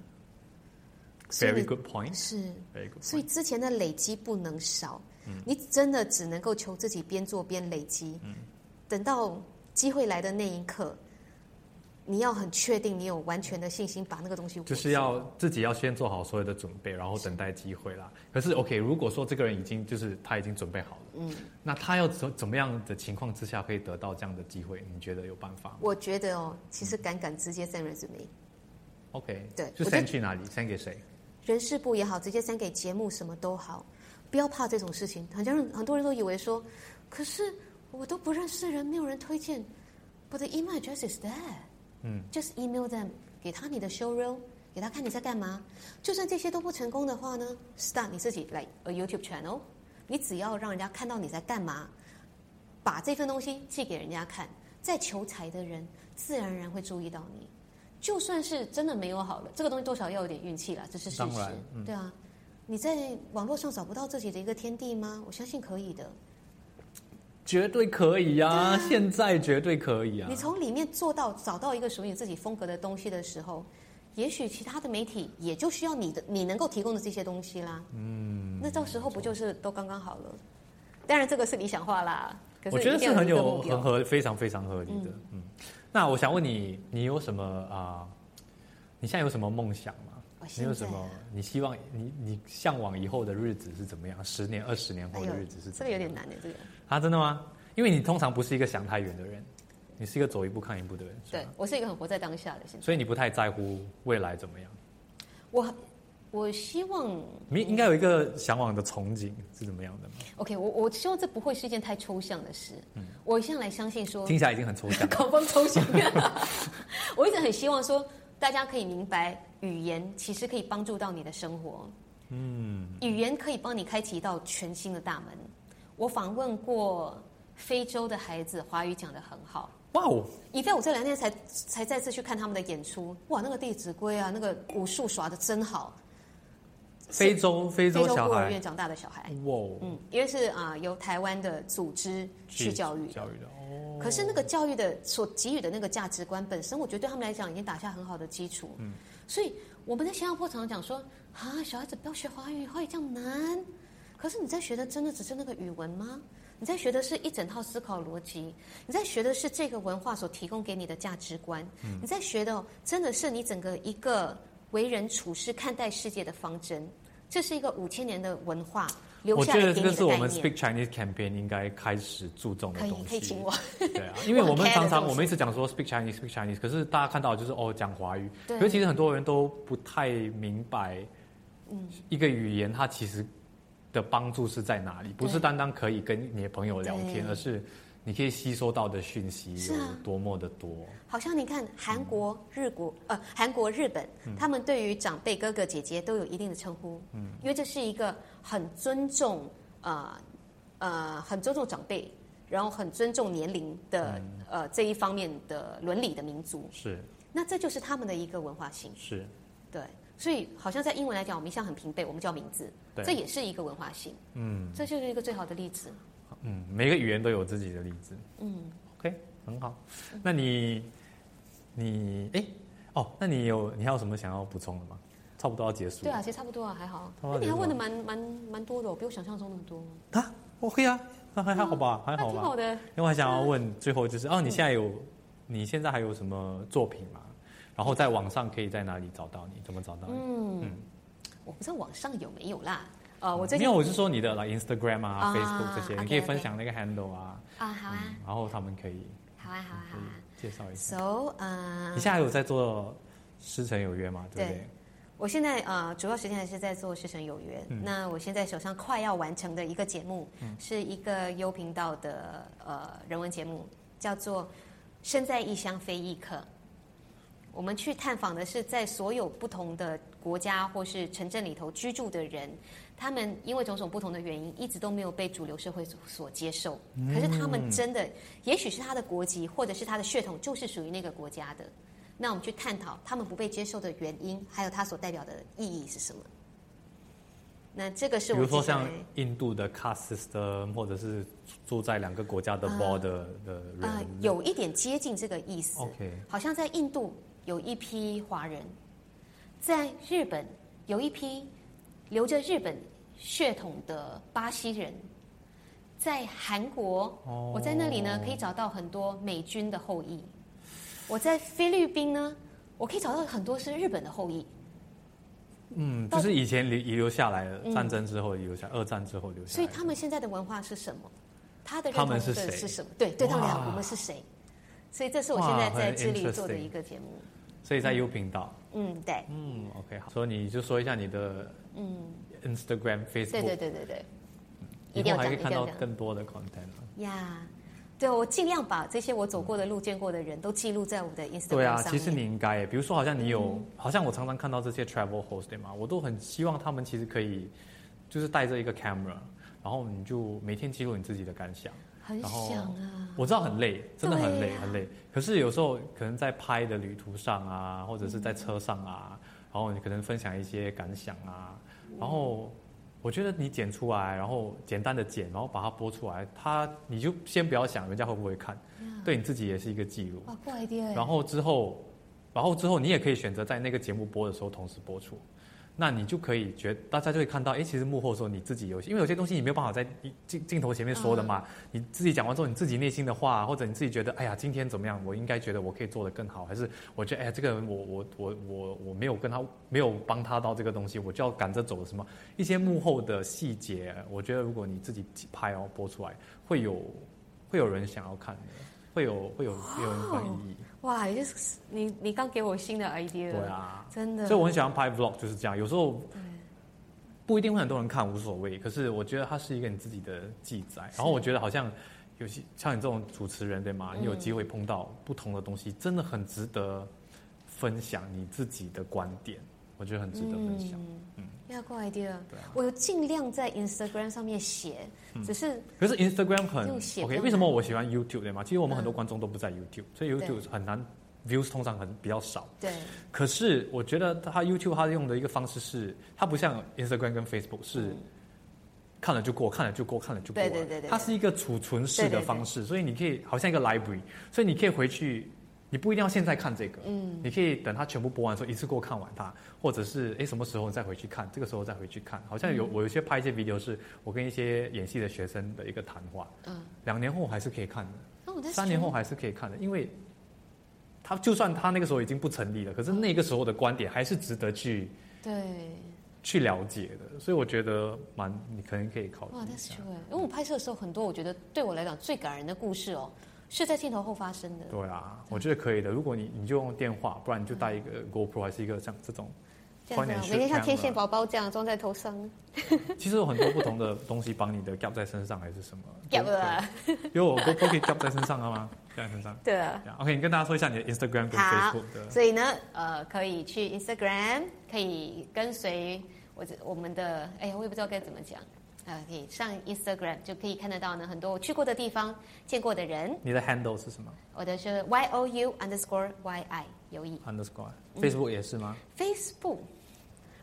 Speaker 2: 所以
Speaker 1: Very
Speaker 2: 你
Speaker 1: good point.
Speaker 2: 是，
Speaker 1: Very good.
Speaker 2: 所以之前的累积不能少，
Speaker 1: 嗯
Speaker 2: 你真的只能够求自己边做边累积。等到机会来的那一刻，你要很确定，你有完全的信心把那个东西握住。
Speaker 1: 就是要自己要先做好所有的准备，然后等待机会啦。可是 OK，如果说这个人已经就是他已经准备好了，嗯，那他要怎怎么样的情况之下可以得到这样的机会？你觉得有办法吗
Speaker 2: 我觉得哦，其实敢敢直接 send resume，
Speaker 1: 嗯？OK，
Speaker 2: 对
Speaker 1: 就
Speaker 2: 我觉得
Speaker 1: send 去哪里？send 给谁？
Speaker 2: 人事部也好，直接 send 给节目什么都好，不要怕这种事情。很多人很多人都以为说，可是我都不认识人，没有人推荐，But the email address is there，嗯，just email them，给他你的 show reel，给他看你在干嘛。就算这些都不成功的话呢，start 你自己来 a YouTube channel，你只要让人家看到你在干嘛，把这份东西寄给人家看，在求财的人自然而然会注意到你。就算是真的没有好了，这个东西多少要有点运气啦，这是事
Speaker 1: 当
Speaker 2: 实
Speaker 1: 然。嗯
Speaker 2: 对啊，你在网络上找不到自己的一个天地吗？我相信可以的。
Speaker 1: 绝对可以啊！ 现在绝对可以啊
Speaker 2: 你！从里面做到找到一个属于你自己风格的东西的时候，也许其他的媒体也就需要你的你能够提供的这些东西啦。嗯，那到时候不就是都刚刚好了？当然，这个是理想化啦。可是
Speaker 1: 我觉得
Speaker 2: 一定
Speaker 1: 是
Speaker 2: 要
Speaker 1: 很
Speaker 2: 有一个
Speaker 1: 有
Speaker 2: 目标哎
Speaker 1: 很合，非常非常合理的。嗯那我想问你，你有什么啊、你现在有什么梦想吗
Speaker 2: 我？现
Speaker 1: 你有什
Speaker 2: 在
Speaker 1: 么
Speaker 2: 啊？
Speaker 1: 你希望你你向往以后的日子是怎么样？十年、二十年
Speaker 2: 哎
Speaker 1: 后
Speaker 2: 呦
Speaker 1: 的日子是，
Speaker 2: 这
Speaker 1: 怎么
Speaker 2: 个
Speaker 1: 样？
Speaker 2: 有点难的，这个。
Speaker 1: 啊，真的吗？因为你通常不是一个想太远的人，你是一个走一步看一步的人，是
Speaker 2: 对
Speaker 1: 吧，
Speaker 2: 我是一个很活在当下的现在。
Speaker 1: 所以你不太在乎未来怎么样。
Speaker 2: 我我希望
Speaker 1: 你应该有一个向往的憧憬是怎么样的吗？
Speaker 2: OK，我我希望这不会是一件太抽象的事。我向来相信
Speaker 1: 嗯
Speaker 2: 说，
Speaker 1: 听起来已经很抽象了。
Speaker 2: 搞风抽象。我一直很希望说，大家可以明白，语言其实可以帮助到你的生活。嗯，语言可以帮你开启一道全新的大门。我访问过非洲的孩子，华语讲得很好。
Speaker 1: 哇哦，
Speaker 2: 以在我这两天才才再次去看他们的演出，哇，那个弟子规啊，那个武术耍的真好。
Speaker 1: 非洲非
Speaker 2: 非
Speaker 1: 洲
Speaker 2: 孤
Speaker 1: 小
Speaker 2: 儿
Speaker 1: 孩
Speaker 2: 院，长大的小孩，
Speaker 1: 哇哦，
Speaker 2: 嗯，因为是啊、由台湾的组织去教育的
Speaker 1: 教育的哦，
Speaker 2: 可是那个教
Speaker 1: 嗯
Speaker 2: 育的所给予的那个价值观本身，我觉得对他们来讲已经打下很好的基础。所以我们在新加坡常常讲说啊，小孩子不要学华语，华语这样难。可是你在学的真的只是那个语文吗？你在学的是一整套思考逻辑，你在学的是这个文化所提供给你的价值观，
Speaker 1: 嗯
Speaker 2: 你在学的真的是你整个一个为人处事、看待世界的方针。这是一个五千年的文化留
Speaker 1: 我
Speaker 2: 下
Speaker 1: 觉
Speaker 2: 来
Speaker 1: 得这
Speaker 2: 给你
Speaker 1: 个
Speaker 2: 的
Speaker 1: 是我
Speaker 2: 概
Speaker 1: 们
Speaker 2: 念。
Speaker 1: Speak Chinese Campaign 应该开始注重的
Speaker 2: 可以
Speaker 1: 东，西。
Speaker 2: 可以请我。
Speaker 1: 对啊，因为
Speaker 2: 我很
Speaker 1: 我们
Speaker 2: care
Speaker 1: 常
Speaker 2: 的
Speaker 1: 常
Speaker 2: 东西
Speaker 1: 我们一直讲说 speak Chinese speak Chinese，可是大家看到的就是哦讲华语，
Speaker 2: 对
Speaker 1: 可是其实很多人都不太明白，
Speaker 2: 嗯
Speaker 1: 一个语言它其实的帮助是在哪里，不是单单可以跟你的朋友聊天，
Speaker 2: 对
Speaker 1: 而是你可以吸收到的讯息
Speaker 2: 是
Speaker 1: 有
Speaker 2: 啊
Speaker 1: 多么的多。
Speaker 2: 好像你看韩国、日国，呃，韩国、日本，
Speaker 1: 嗯
Speaker 2: 他们对于长辈、哥哥、姐姐都有一定的称呼，嗯，因为这是一个很尊重，呃，呃，很尊重长辈，然后很尊重年龄的，
Speaker 1: 嗯
Speaker 2: 呃，这一方面的伦理的民族，
Speaker 1: 是
Speaker 2: 那这就是他们的一个文化性，
Speaker 1: 是，
Speaker 2: 对，所以好像在英文来讲，我们一向很平辈，我们叫名字，
Speaker 1: 对
Speaker 2: 这也是一个文化性，
Speaker 1: 嗯
Speaker 2: 这就是一个最好的例子。
Speaker 1: 嗯，每个语言都有自己的例子。
Speaker 2: 嗯，
Speaker 1: OK，很好。那你你哎哦，那你有你还有什么想要补充的吗？差不多要结束了。
Speaker 2: 对啊，其实差不多啊，还好。
Speaker 1: 差不
Speaker 2: 那
Speaker 1: 多
Speaker 2: 你还
Speaker 1: 就好
Speaker 2: 问的蛮蛮蛮多的哦，比我想象中那么多，
Speaker 1: 啊，OK 啊，那还还好吧，还
Speaker 2: 嗯那嗯
Speaker 1: 好
Speaker 2: 挺好
Speaker 1: 吧。
Speaker 2: 的。
Speaker 1: 因为我还想要问，最后就是哦，你现在有你现在还有什么作品吗？然后在网上可以在哪里找到你？怎么找到你？
Speaker 2: 嗯，我不知道网上有没有啦。呃，我最
Speaker 1: 嗯没
Speaker 2: 近
Speaker 1: 有，我是说你的来 Instagram 啊、
Speaker 2: 啊
Speaker 1: Facebook 这些，你可以
Speaker 2: OK，OK
Speaker 1: 分享那个 handle 啊，
Speaker 2: 啊，好啊，
Speaker 1: 然后他们可以
Speaker 2: 好啊，好啊，
Speaker 1: 可
Speaker 2: 好啊。
Speaker 1: 以介绍一下。
Speaker 2: So，呃，
Speaker 1: 嗯你现在有在做师承有约吗？对不对
Speaker 2: 对？我现在呃，主要时间还是在做《师承有缘》
Speaker 1: 嗯
Speaker 2: 那我现在手上快要完成的一个节目，是一个优频道的呃人文节目，叫做《身在异乡非异客》。我们去探访的是在所有不同的国家或是城镇里头居住的人，他们因为种种不同的原因，一直都没有被主流社会所所接受。
Speaker 1: 嗯
Speaker 2: 可是他们真的，也许是他的国籍或者是他的血统，就是属于那个国家的。那我们去探讨他们不被接受的原因，还有它所代表的意义是什么。那这个是
Speaker 1: 比
Speaker 2: 我欸
Speaker 1: 如说
Speaker 2: 接下
Speaker 1: 像
Speaker 2: 来
Speaker 1: 印度的 caste system，或者是住在两个国家
Speaker 2: 啊
Speaker 1: 的 border 的
Speaker 2: 呃
Speaker 1: 人，哦
Speaker 2: 有一点接近这个意思。
Speaker 1: OK
Speaker 2: 好像在印度有一批华人，在日本有一批留着日本血统的巴西人，在韩国，
Speaker 1: 哦
Speaker 2: 我在那里呢可以找到很多美军的后裔，我在菲律宾呢，我可以找到很多是日本的后遗。
Speaker 1: 嗯，
Speaker 2: 到
Speaker 1: 就是以前留遗留下来的
Speaker 2: 嗯
Speaker 1: 战争之后遗留下，二战之后留下
Speaker 2: 所
Speaker 1: 来
Speaker 2: 以
Speaker 1: 的。
Speaker 2: 他们现在的文化是什么？他的认
Speaker 1: 他
Speaker 2: 同
Speaker 1: 们
Speaker 2: 的
Speaker 1: 是谁
Speaker 2: 是什么？对，对他们来
Speaker 1: 哇
Speaker 2: 讲，我们是谁？所以这是我现在
Speaker 1: 哇
Speaker 2: 在
Speaker 1: 很
Speaker 2: 致力做的
Speaker 1: interesting
Speaker 2: 一个节目。
Speaker 1: 所以在 U 频道，
Speaker 2: 嗯，对，
Speaker 1: 嗯，OK，好，所以你就说一下你的
Speaker 2: 嗯，
Speaker 1: Instagram、Facebook，
Speaker 2: 对对对对对，一
Speaker 1: 以
Speaker 2: 定
Speaker 1: 后
Speaker 2: 要
Speaker 1: 还可
Speaker 2: 讲，一
Speaker 1: 以看
Speaker 2: 定要
Speaker 1: 到
Speaker 2: 讲
Speaker 1: 更多的 content 啊。
Speaker 2: 呀。对，啊我尽量把这些我走过的路、见过的人都记录在我的 Instagram 上
Speaker 1: 对啊，
Speaker 2: 面嗯
Speaker 1: 其实你应该耶，比如说好像你有，好像我常常看到这些 travel host 对吗？我都很希望他们其实可以，就是带着一个 camera，然后你就每天记录你自己的感想。
Speaker 2: 很
Speaker 1: 然后
Speaker 2: 想啊，
Speaker 1: 我知道很累，真的很累、
Speaker 2: 对啊
Speaker 1: 很累。可是有时候可能在拍的旅途上啊，或者是
Speaker 2: 嗯
Speaker 1: 在车上啊，然后你可能分享一些感想啊，然后我觉得你剪出来，然后简单的剪，然后把它播出来，它你就先不要想人家会不会看，对你自己也是一个记录。
Speaker 2: 哇，不好 idea 欸
Speaker 1: 然
Speaker 2: 后
Speaker 1: 后之后，然后之后你也可以选择在那个节目播的时候同时播出，那你就可以觉大家就会看到，哎，其实幕后的时候你自己有些，因为有些东西你没有办法在一镜镜头前面说的嘛，你自己讲完之后，你自己内心的话，或者你自己觉得，哎呀，今天怎么样，我应该觉得我可以做得更好，还是我觉得，哎呀，这个人我我我我我没有跟他没有帮他到这个东西，我就要赶着走了什么一些幕后的细节，我觉得如果你自己拍哦播出来，会有会有人想要看的。会有会有会有人翻译，
Speaker 2: 哇，也就是你你刚给我新的 idea，
Speaker 1: 对，啊，
Speaker 2: 真的，
Speaker 1: 所以我很喜欢拍 vlog，就是这样。有时候不一定会很多人看，无所谓。可是我觉得它是一个你自己的记载。然后我觉得好像有些像你这种主持人对吗？
Speaker 2: 嗯
Speaker 1: 你有机会碰到不同的东西，真的很值得分享你自己的观点。我觉得很值得分享。
Speaker 2: 嗯
Speaker 1: 嗯
Speaker 2: 要过 idea，、
Speaker 1: 对啊嗯
Speaker 2: 我有尽量在 Instagram 上面写，只是
Speaker 1: 可是 Instagram 很
Speaker 2: 用写
Speaker 1: OK，
Speaker 2: 用
Speaker 1: 为什么我喜欢 YouTube 对吗？其实我们很多观众都不在 YouTube，、所以 YouTube 很难 views 通常很比较少。
Speaker 2: 对
Speaker 1: 可是我觉得他 YouTube 他用的一个方式是，他不像 Instagram 跟 Facebook 是看了就过，看了就过，看了就过。
Speaker 2: 对对对对对
Speaker 1: 它是一个储存式的方式，所以你可以好像一个 library，所以你可以回去你不一定要现在看这个，嗯，你可以等它全部播完的时候一次过看完它，或者是哎什么时候你再回去看，这个时候再回去看。好像
Speaker 2: 嗯
Speaker 1: 有、我有些拍一些 video 是我跟一些演戏的学生的一个谈话，
Speaker 2: 嗯，
Speaker 1: 两年后还是可以看的，
Speaker 2: 哦，但是
Speaker 1: 三年后还是可以看的，因为他就算他那个时候已经不成立了，可是那个时候的观点还是值得去
Speaker 2: 对。
Speaker 1: 去了解的，所以我觉得蛮你可能可以考虑
Speaker 2: 哇
Speaker 1: 一
Speaker 2: ，That's
Speaker 1: 下
Speaker 2: true 哎，因为我拍摄的时候很多，我觉得对我来讲最感人的故事哦，是在镜头后发生的。嗯
Speaker 1: 对啊，我觉得可以的。如果你你就用电话，不然你就带一个 GoPro 还是一个像这种
Speaker 2: 这样子、啊，
Speaker 1: Financial
Speaker 2: 每天像
Speaker 1: camera
Speaker 2: 天线宝宝这样装在头上，
Speaker 1: 其实有很多不同的东西帮你的 gap 在身上还是 什么
Speaker 2: 夹不啦？
Speaker 1: 因为我 GoPro 可以 gap 在身上了吗？gap 在身上。
Speaker 2: 对啊。
Speaker 1: 这样 OK，你跟大家说一下你的 Instagram 跟
Speaker 2: 好
Speaker 1: Facebook 的。
Speaker 2: 所以呢，呃，可以去 Instagram，可以跟随我这我们的，哎呀，我也不知道该怎么讲，呃，可以上 Instagram 就可以看得到呢很多我去过的地方、见过的人。
Speaker 1: 你的 handle 是什么
Speaker 2: 我的是 Y O U underscore Y I 有意嗯
Speaker 1: ？Underscore，Facebook 也是 吗？
Speaker 2: ，Facebook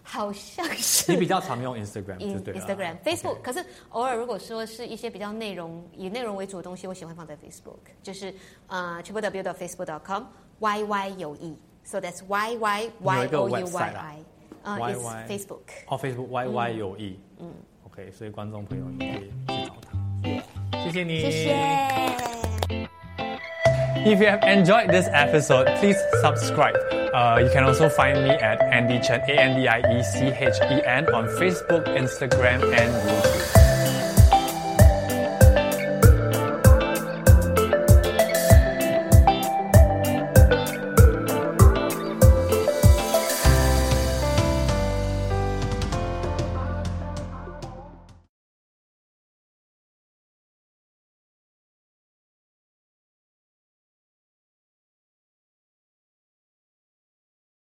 Speaker 2: 好像是
Speaker 1: 你比较常用 Instagram，就
Speaker 2: In
Speaker 1: 对了啊
Speaker 2: 嗯 Instagram、Facebook，
Speaker 1: OK
Speaker 2: 可是偶尔如果说是一些比较内容以内容为主的东西，我喜欢放在 Facebook，就是呃 t r i p l w facebook.com y y 有 e，so that's y y
Speaker 1: 有
Speaker 2: y
Speaker 1: 一个
Speaker 2: o u y
Speaker 1: website 啊
Speaker 2: i，呃
Speaker 1: YY
Speaker 2: ，is Facebook。
Speaker 1: 哦，Facebook YY 有 E。嗯。OK，所以观众朋友你可以去找他。谢谢你。
Speaker 2: 嗯谢谢。
Speaker 3: If you have enjoyed this episode, please subscribe. Uh, you can also find me at Andy Chen, A N D I E C H E N, on Facebook, Instagram, and YouTube.